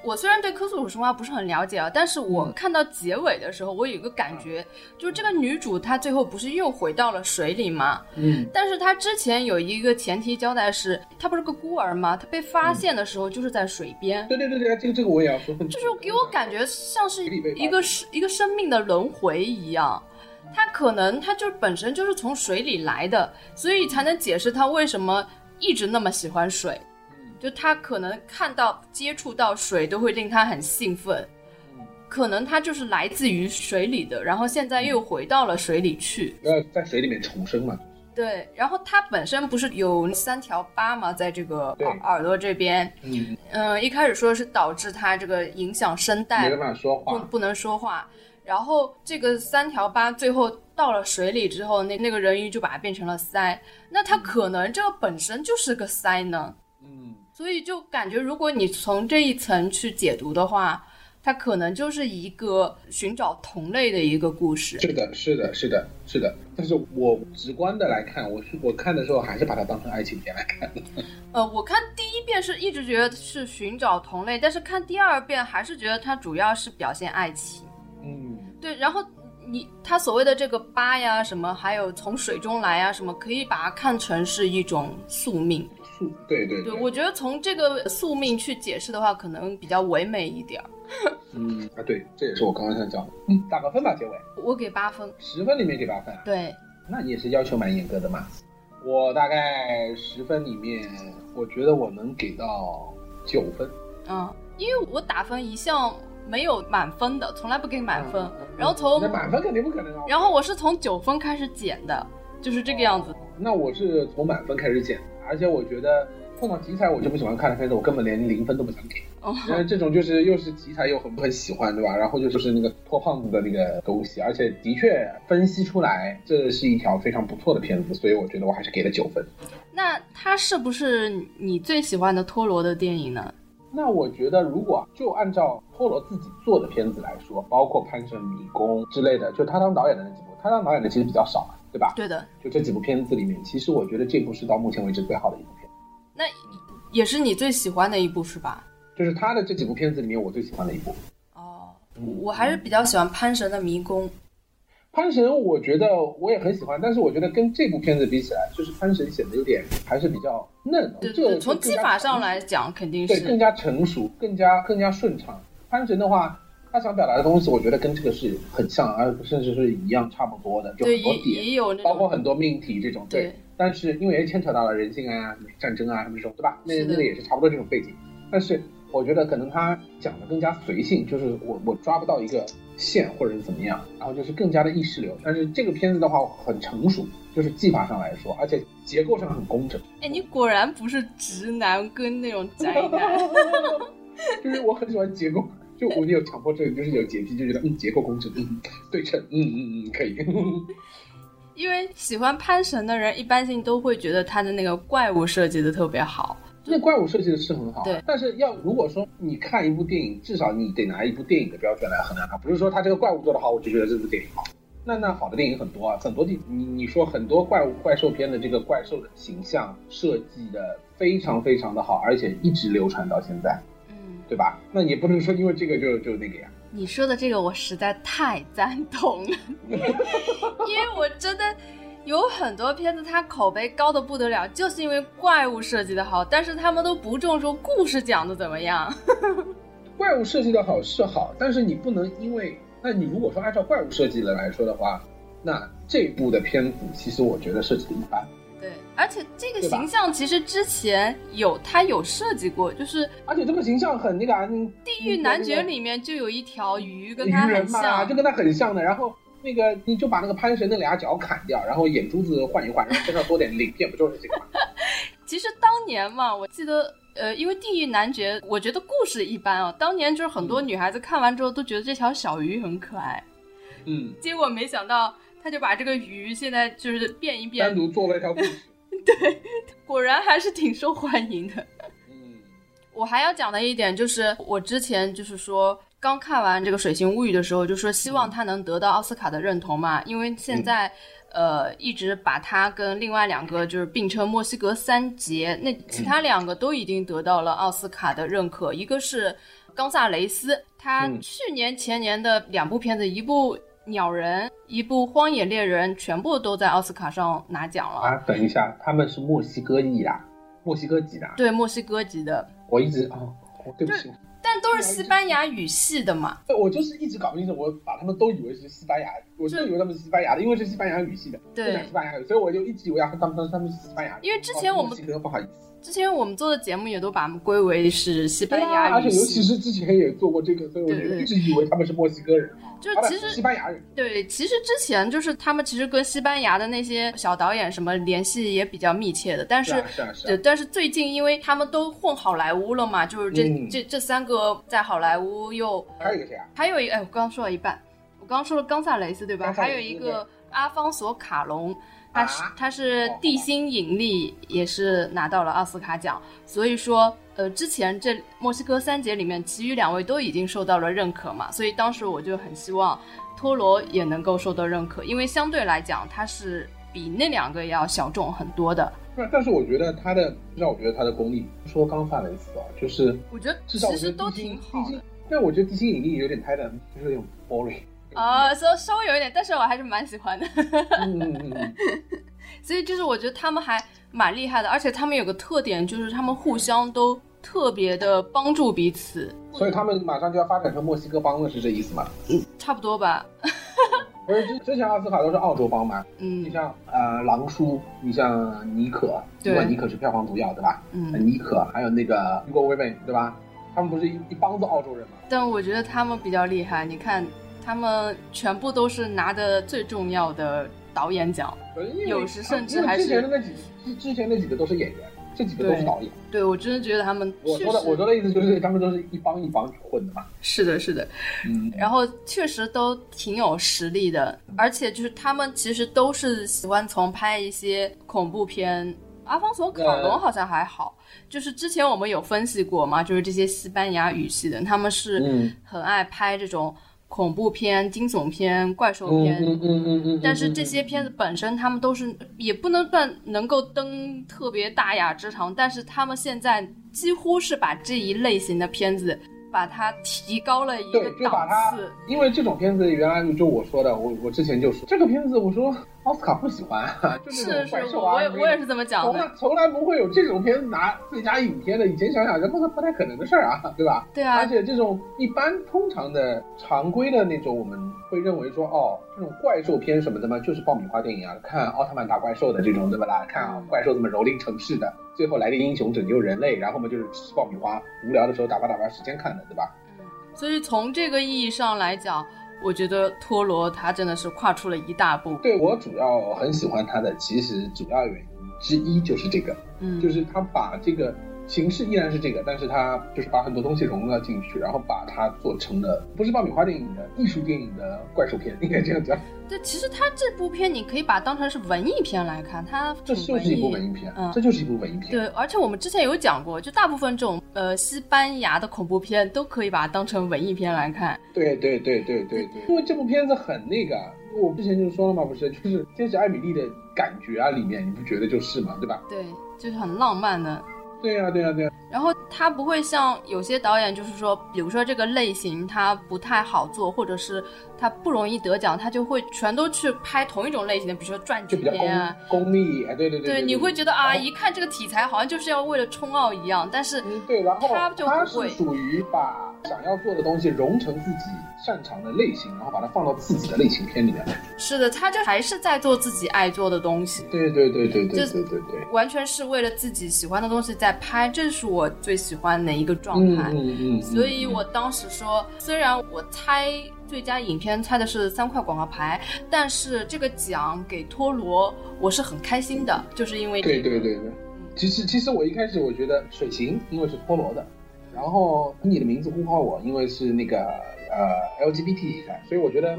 A: 我虽然对克苏鲁神话不是很了解啊，但是
B: 嗯
A: 我看到结尾的时候，我有一个感觉，就是这个女主她最后不是又回到了水里吗？
B: 嗯，
A: 但是她之前有一个前提交代是，她不是个孤儿吗？她被
B: 嗯
A: 发现的时候就是在水边，
B: 对对对对，这个这个我也要说。
A: 就是给我感觉像是
B: 里被
A: 一
B: 发
A: 个是一个生命的轮回一样。它可能它就本身就是从水里来的，所以才能解释它为什么一直那么喜欢水。就他可能看到接触到水都会令他很兴奋，
B: 嗯
A: 可能他就是来自于水里的，然后现在又回到了水里去。
B: 要在水里面重生嘛。
A: 对，然后他本身不是有三条疤吗？在这个
B: 对
A: 耳耳朵这边，
B: 嗯，
A: 嗯、一开始说是导致他这个影响声带
B: 没办法说
A: 不
B: 话。
A: 不能说话。然后这个三条疤最后到了水里之后，那那个人鱼就把它变成了鳃。那它可能这个本身就是个鳃呢，
B: 嗯，
A: 所以就感觉如果你从这一层去解读的话，它可能就是一个寻找同类的一个故事。
B: 是的，是的，是的，是的。但是我直观的来看，我是我看的时候还是把它当成爱情片来看。
A: 呃，我看第一遍是一直觉得是寻找同类，但是看第二遍还是觉得它主要是表现爱情。
B: 嗯，
A: 对，然后你他所谓的这个疤呀，什么还有从水中来啊呀，什么可以把它看成是一种宿命。
B: 宿对对
A: 对，我觉得从这个宿命去解释的话，可能比较唯美一点儿。
B: 嗯啊对，这也是我刚刚想讲的。嗯，打个分吧，结尾
A: 我给八分。
B: 十分里面给八分啊，
A: 对，
B: 那你也是要求蛮严格的嘛。我大概十分里面，我觉得我能给到九分。
A: 嗯，因为我打分一向没有满分的，从来不给满分
B: 嗯嗯。嗯
A: 然后从
B: 那满分肯定不可能啊。
A: 然后我是从九分开始减的，就是
B: 哦
A: 这个样子。
B: 那我是从满分开始减，而且我觉得碰到题材我就不喜欢看的片子，我根本连零分都不想给。
A: 哦，
B: 因为这种就是又是题材又很很喜欢，对吧？然后又就是那个脱胖子的那个东西，而且的确分析出来这是一条非常不错的片子，所以我觉得我还是给了九分。
A: 那它是不是你最喜欢的托罗的电影呢？
B: 那我觉得，如果就按照托罗自己做的片子来说，包括《潘神迷宫》之类的，就他当导演的那几部，他当导演的其实比较少嘛，对吧？
A: 对的，
B: 就这几部片子里面，其实我觉得这部是到目前为止最好的一部片，
A: 那也是你最喜欢的一部是吧？
B: 就是他的这几部片子里面我最喜欢的一部。
A: 哦，我还是比较喜欢《潘神的迷
B: 哦
A: 宫》。
B: 潘神，我觉得我也很喜欢，但是我觉得跟这部片子比起来，就是潘神显得有点还是比较嫩，
A: 对
B: 这
A: 对，从技法上，来讲，肯定
B: 对，更
A: 是
B: 加成熟，更加更加顺畅。潘神的话，他想表达的东西，我觉得跟这个是很像，而甚至是一样差不多的，就
A: 对，
B: 很多
A: 也也
B: 点，
A: 有那
B: 包括
A: 种
B: 很多命题这种，对。
A: 对
B: 但是因为牵扯到了人性啊、战争啊什么这种，对吧？那
A: 是的
B: 那个也是差不多这种背景，但是我觉得可能他讲的更加随性，就是我我抓不到一个线或者是怎么样，然后就是更加的意识流。但是这个片子的话很成熟，就是技法上来说，而且结构上很工整。
A: 哎，你果然不是直男跟那种 宅男。
B: 就是我很喜欢结构，就我有强迫症，就是有洁癖，就觉得嗯结构工整，嗯对称，嗯嗯嗯可以。
A: 因为喜欢潘神的人，一般性都会觉得他的那个怪物设计的特别好。
B: 那怪物设计的是很好啊，
A: 对
B: 但是要如果说你看一部电影，至少你得拿一部电影的标准来衡量它，不是说它这个怪物做的好，我就觉得这部电影好。那那好的电影很多啊，很多地你你说很多怪物怪兽片的这个怪兽的形象设计的非常非常的好，而且一直流传到现在，
A: 嗯，
B: 对吧？那你也不能说因为这个就就那个呀，
A: 你说的这个我实在太赞同 了，因为我真的有很多片子它口碑高的不得了，就是因为怪物设计的好，但是他们都不重视故事讲的怎么样。
B: 怪物设计的好是好，但是你不能因为，那你如果说按照怪物设计的来说的话，那这部的片子其实我觉得设计的一般。
A: 对，而且这个
B: 对吧
A: 形象其实之前有他有设计过，就是《
B: 而且这个形象很那个啊，地
A: 地狱男爵里面就有一条鱼跟
B: 鱼
A: 他很
B: 人嘛，
A: 像
B: 啊就，跟他很像的。然后那个你就把那个潘神的俩脚砍掉，然后眼珠子换一换，然后身上多点鳞片，不就是这个吗？
A: 其实当年嘛，我记得，呃，因为《地狱男爵》，我觉得故事一般啊。当年就是很多女孩子看完之后都觉得这条小鱼很可爱，
B: 嗯，
A: 结果没想到他就把这个鱼现在就是变一
B: 单
A: 变，
B: 独做了一条故事。
A: 果然还是挺受欢迎的。
B: 嗯
A: 我还要讲的一点就是，我之前就是说。刚看完这个《水形物语》的时候，就说希望他能得到奥斯卡的认同嘛，因为现在，呃，一直把他跟另外两个就是并称墨西哥三杰，那其他两个都已经得到了奥斯卡的认可，一个是冈萨雷斯，他
B: 嗯
A: 去年前年的两部片子，一部《鸟人》，一部《荒野猎人》，全部都在奥斯卡上拿奖了，
B: 啊，等一下，他们是墨西哥裔的，啊墨西哥籍的。啊
A: 对墨西哥籍的，
B: 我一直啊、我对不起，
A: 但都是西班牙语系的嘛。
B: 我就是一直搞不清楚，我把他们都以为是西班牙，我就以为他们是西班牙的，因为是西班牙语系的，
A: 对
B: 就讲西班牙语，所以我就一直以为啊他们他们是西班牙人。
A: 因为之前我
B: 哦墨
A: 们
B: 西哥不好意思，
A: 之前我们做的节目也都把他们归为是西班
B: 对啊
A: 牙
B: 而且
A: 语
B: 尤其
A: 系，
B: 是之前也做过这个，所以我
A: 对
B: 就
A: 对
B: 一直以为他们是墨西哥人，
A: 就
B: 啊不
A: 其实
B: 西班牙人。
A: 对，其实之前就是他们其实跟西班牙的那些小导演什么联系也比较密切的，但
B: 是
A: 是。
B: 啊是啊是
A: 对，
B: 啊，
A: 但是最近因为他们都混好莱坞了嘛，就是这、
B: 嗯
A: 这这三个在好莱坞又
B: 还有一个谁啊？
A: 还有一哎，我刚刚说了一半，我刚刚说了冈萨雷斯对吧？
B: 冈萨
A: 还
B: 雷斯
A: 有一个阿方索卡隆，他是、
B: 啊
A: 他是《地心引力》也是拿到了奥斯卡奖，所以说呃，之前这墨西哥三杰里面，其余两位都已经受到了认可嘛，所以当时我就很希望托罗也能够受到认可，因为相对来讲他是比那两个要小众很多的。
B: 不是，但是我觉得他的，让我觉得他的功力，说冈萨雷斯啊，就是
A: 我觉得
B: 至
A: 其
B: 少我觉
A: 实
B: 得
A: 都
B: 地心
A: 挺好
B: 地
A: 的
B: 心。但我觉得地心引力有点太的，就是有点 boring。
A: 啊，稍稍微有一点，但是我还是蛮喜欢的。
B: 嗯嗯嗯嗯，
A: 所以就是我觉得他们还蛮厉害的，而且他们有个特点就是他们互相都特别的帮助彼此，
B: 所以他们马上就要发展成墨西哥帮了，是这意思吗？
A: 差不多吧。
B: 不是，之之前奥斯卡都是澳洲帮嘛，你
A: 嗯
B: 像呃狼叔，你像尼可，
A: 对
B: 尽管尼可是票房毒药，对吧？呃
A: 嗯，
B: 尼可还有那个英国威本，对吧？他们不是一一帮子澳洲人吗？
A: 但我觉得他们比较厉害，你看他们全部都是拿的最重要的导演奖。
B: 可是因为
A: 有时甚至
B: 因为
A: 还是
B: 之前的那几之之前那几个都是演员，这几个都是导演。
A: 对我真的觉得他们
B: 我
A: 确
B: 说的我
A: 实
B: 说的意思就是他们都是一帮一帮混的嘛。
A: 是的，是的，
B: 嗯，
A: 然后确实都挺有实力的，而且就是他们其实都是喜欢从拍一些恐怖片。阿方索·卡隆好像还好，就是之前我们有分析过嘛，就是这些西班牙语系的，他们是
B: 嗯
A: 很爱拍这种恐怖片、惊悚片、怪兽
B: 嗯
A: 片。
B: 嗯嗯嗯嗯。
A: 但是这些片子本身，他们都是也不能算能够登特别大雅之堂，但是他们现在几乎是把这一类型的片子，把它提高了一个
B: 对，就把
A: 档
B: 它
A: 次。，
B: 因为这种片子原来就我说的，我我之前就说这个片子，我说奥斯卡不喜欢，就是
A: 是
B: 那种
A: 是
B: 怪，兽啊，
A: 我也
B: 那种
A: 我也是这么讲
B: 从来
A: 的。
B: 从来不会有这种片子拿最佳影片的，以前想想这不不太可能的事儿啊，对吧？
A: 对
B: 而
A: 啊，
B: 且这种一般通常的常规的那种，我们会认为说，哦，这种怪兽片什么的嘛，就是爆米花电影啊，看奥特曼打怪兽的这种，对不啦？看
A: 嗯
B: 啊，怪兽怎么蹂躏城市的，最后来个英雄拯救人类，然后嘛就是吃爆米花，无聊的时候打发打发时间看的，对吧？
A: 所以从这个意义上来讲，我觉得托罗他真的是跨出了一大步。
B: 对我主要很喜欢它的，其实主要原因之一就是这个，
A: 嗯，
B: 就是他把这个形式依然是这个，但是他就是把很多东西融入到进去，然后把它做成了不是爆米花电影的艺术电影的怪兽片，应该这样讲。
A: 对，其实他这部片你可以把它当成是文艺片来看，它
B: 这
A: 挺
B: 就是一部文
A: 艺。
B: 艺片，
A: 嗯
B: 这就是一部文艺片。
A: 对，而且我们之前有讲过，就大部分这种呃西班牙的恐怖片都可以把它当成文艺片来看。
B: 对对对对对对，因为这部片子很那个，我之前就说了嘛，不是，就是《天使艾米丽》的感觉啊，里面你不觉得就是嘛，对吧？
A: 对，就是很浪漫的。
B: 对呀、对呀、啊对呀、
A: 然后他不会像有些导演，就是说，比如说这个类型他不太好做，或者是他不容易得奖，他就会全都去拍同一种类型的，比如说传记
B: 就比较功
A: 片啊。
B: 功利，哎，对对对
A: 对，你会觉得啊，
B: 然后
A: 一看这个题材好像就是要为了冲奥一样，但是
B: 嗯嗯，对，然后
A: 他就不
B: 他是
A: 会
B: 属于把想要做的东西融成自己擅长的类型，然后把它放到自己的类型片里面来。
A: 是的，他就还是在做自己爱做的东西，
B: 对对对对
A: 就
B: 对
A: 是
B: 对对对。
A: 完全是为了自己喜欢的东西在拍，这是我最喜欢的一个状
B: 嗯
A: 态。
B: 嗯嗯，
A: 所以我当时说，虽然我猜最佳影片猜的是三块广告牌，但是这个奖给托罗，我是很开心的，就是因为
B: 对对对对，其实其实我一开始我觉得水形因为是陀螺的，然后你的名字呼唤我，因为是那个呃 LGBT 题材，所以我觉得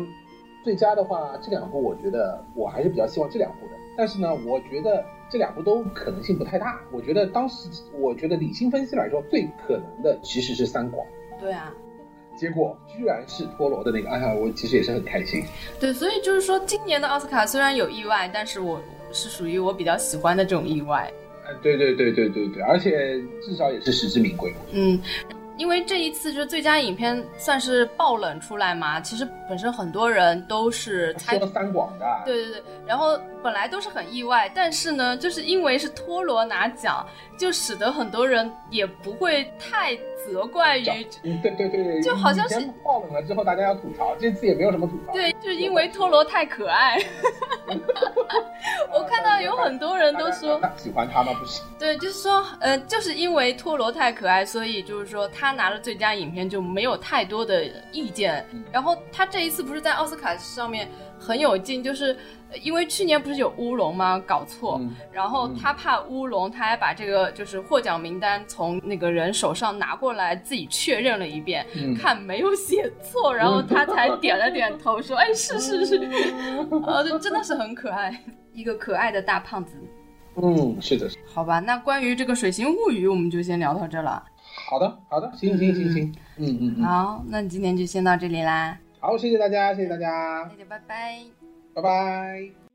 B: 最佳的话，这两部我觉得我还是比较希望这两部的。但是呢，我觉得这两部都可能性不太大。我觉得当时我觉得理性分析来说，最可能的其实是三广，
A: 对啊，
B: 结果居然是陀螺的那个，哎呀，我其实也是很开心。
A: 对，所以就是说，今年的奥斯卡虽然有意外，但是我是属于我比较喜欢的这种意外。
B: 哎，对对对对对对，而且至少也是实至名归。
A: 嗯，因为这一次就是最佳影片算是爆冷出来嘛，其实本身很多人都是猜
B: 说到三广的，对
A: 对对对，然后本来都是很意外，但是呢，就是因为是托罗拿奖，就使得很多人也不会太责怪于，
B: 嗯，对对对，
A: 就好像是
B: 以前爆冷了之后，大家要吐槽，这次也没有什么吐槽。
A: 对，就是因为托罗太可爱。 我看到有很多人都说
B: 大，家喜欢他吗？不是，
A: 对，就是说，呃，就是因为托罗太可爱，所以就是说他拿了最佳影片就没有太多的意见
B: 嗯。
A: 然后他这一次不是在奥斯卡上面很有劲，就是呃因为去年不是有乌龙吗？搞错，
B: 嗯
A: 然后他怕乌龙，他还把这个就是获奖名单从那个人手上拿过来，自己确认了一遍，
B: 嗯，
A: 看没有写错，然后他才点了点头说：“哎，是是 是。”呃，就真的是很可爱，一个可爱的大胖子。
B: 嗯，是的，是的
A: 好吧，那关于这个《水形物语》，我们就先聊到这了。
B: 好的，好的，行行行行，嗯嗯嗯，
A: 好，那今天就先到这里啦，
B: 好，谢谢大家，谢谢大家
A: 大，家拜拜。
B: 拜拜。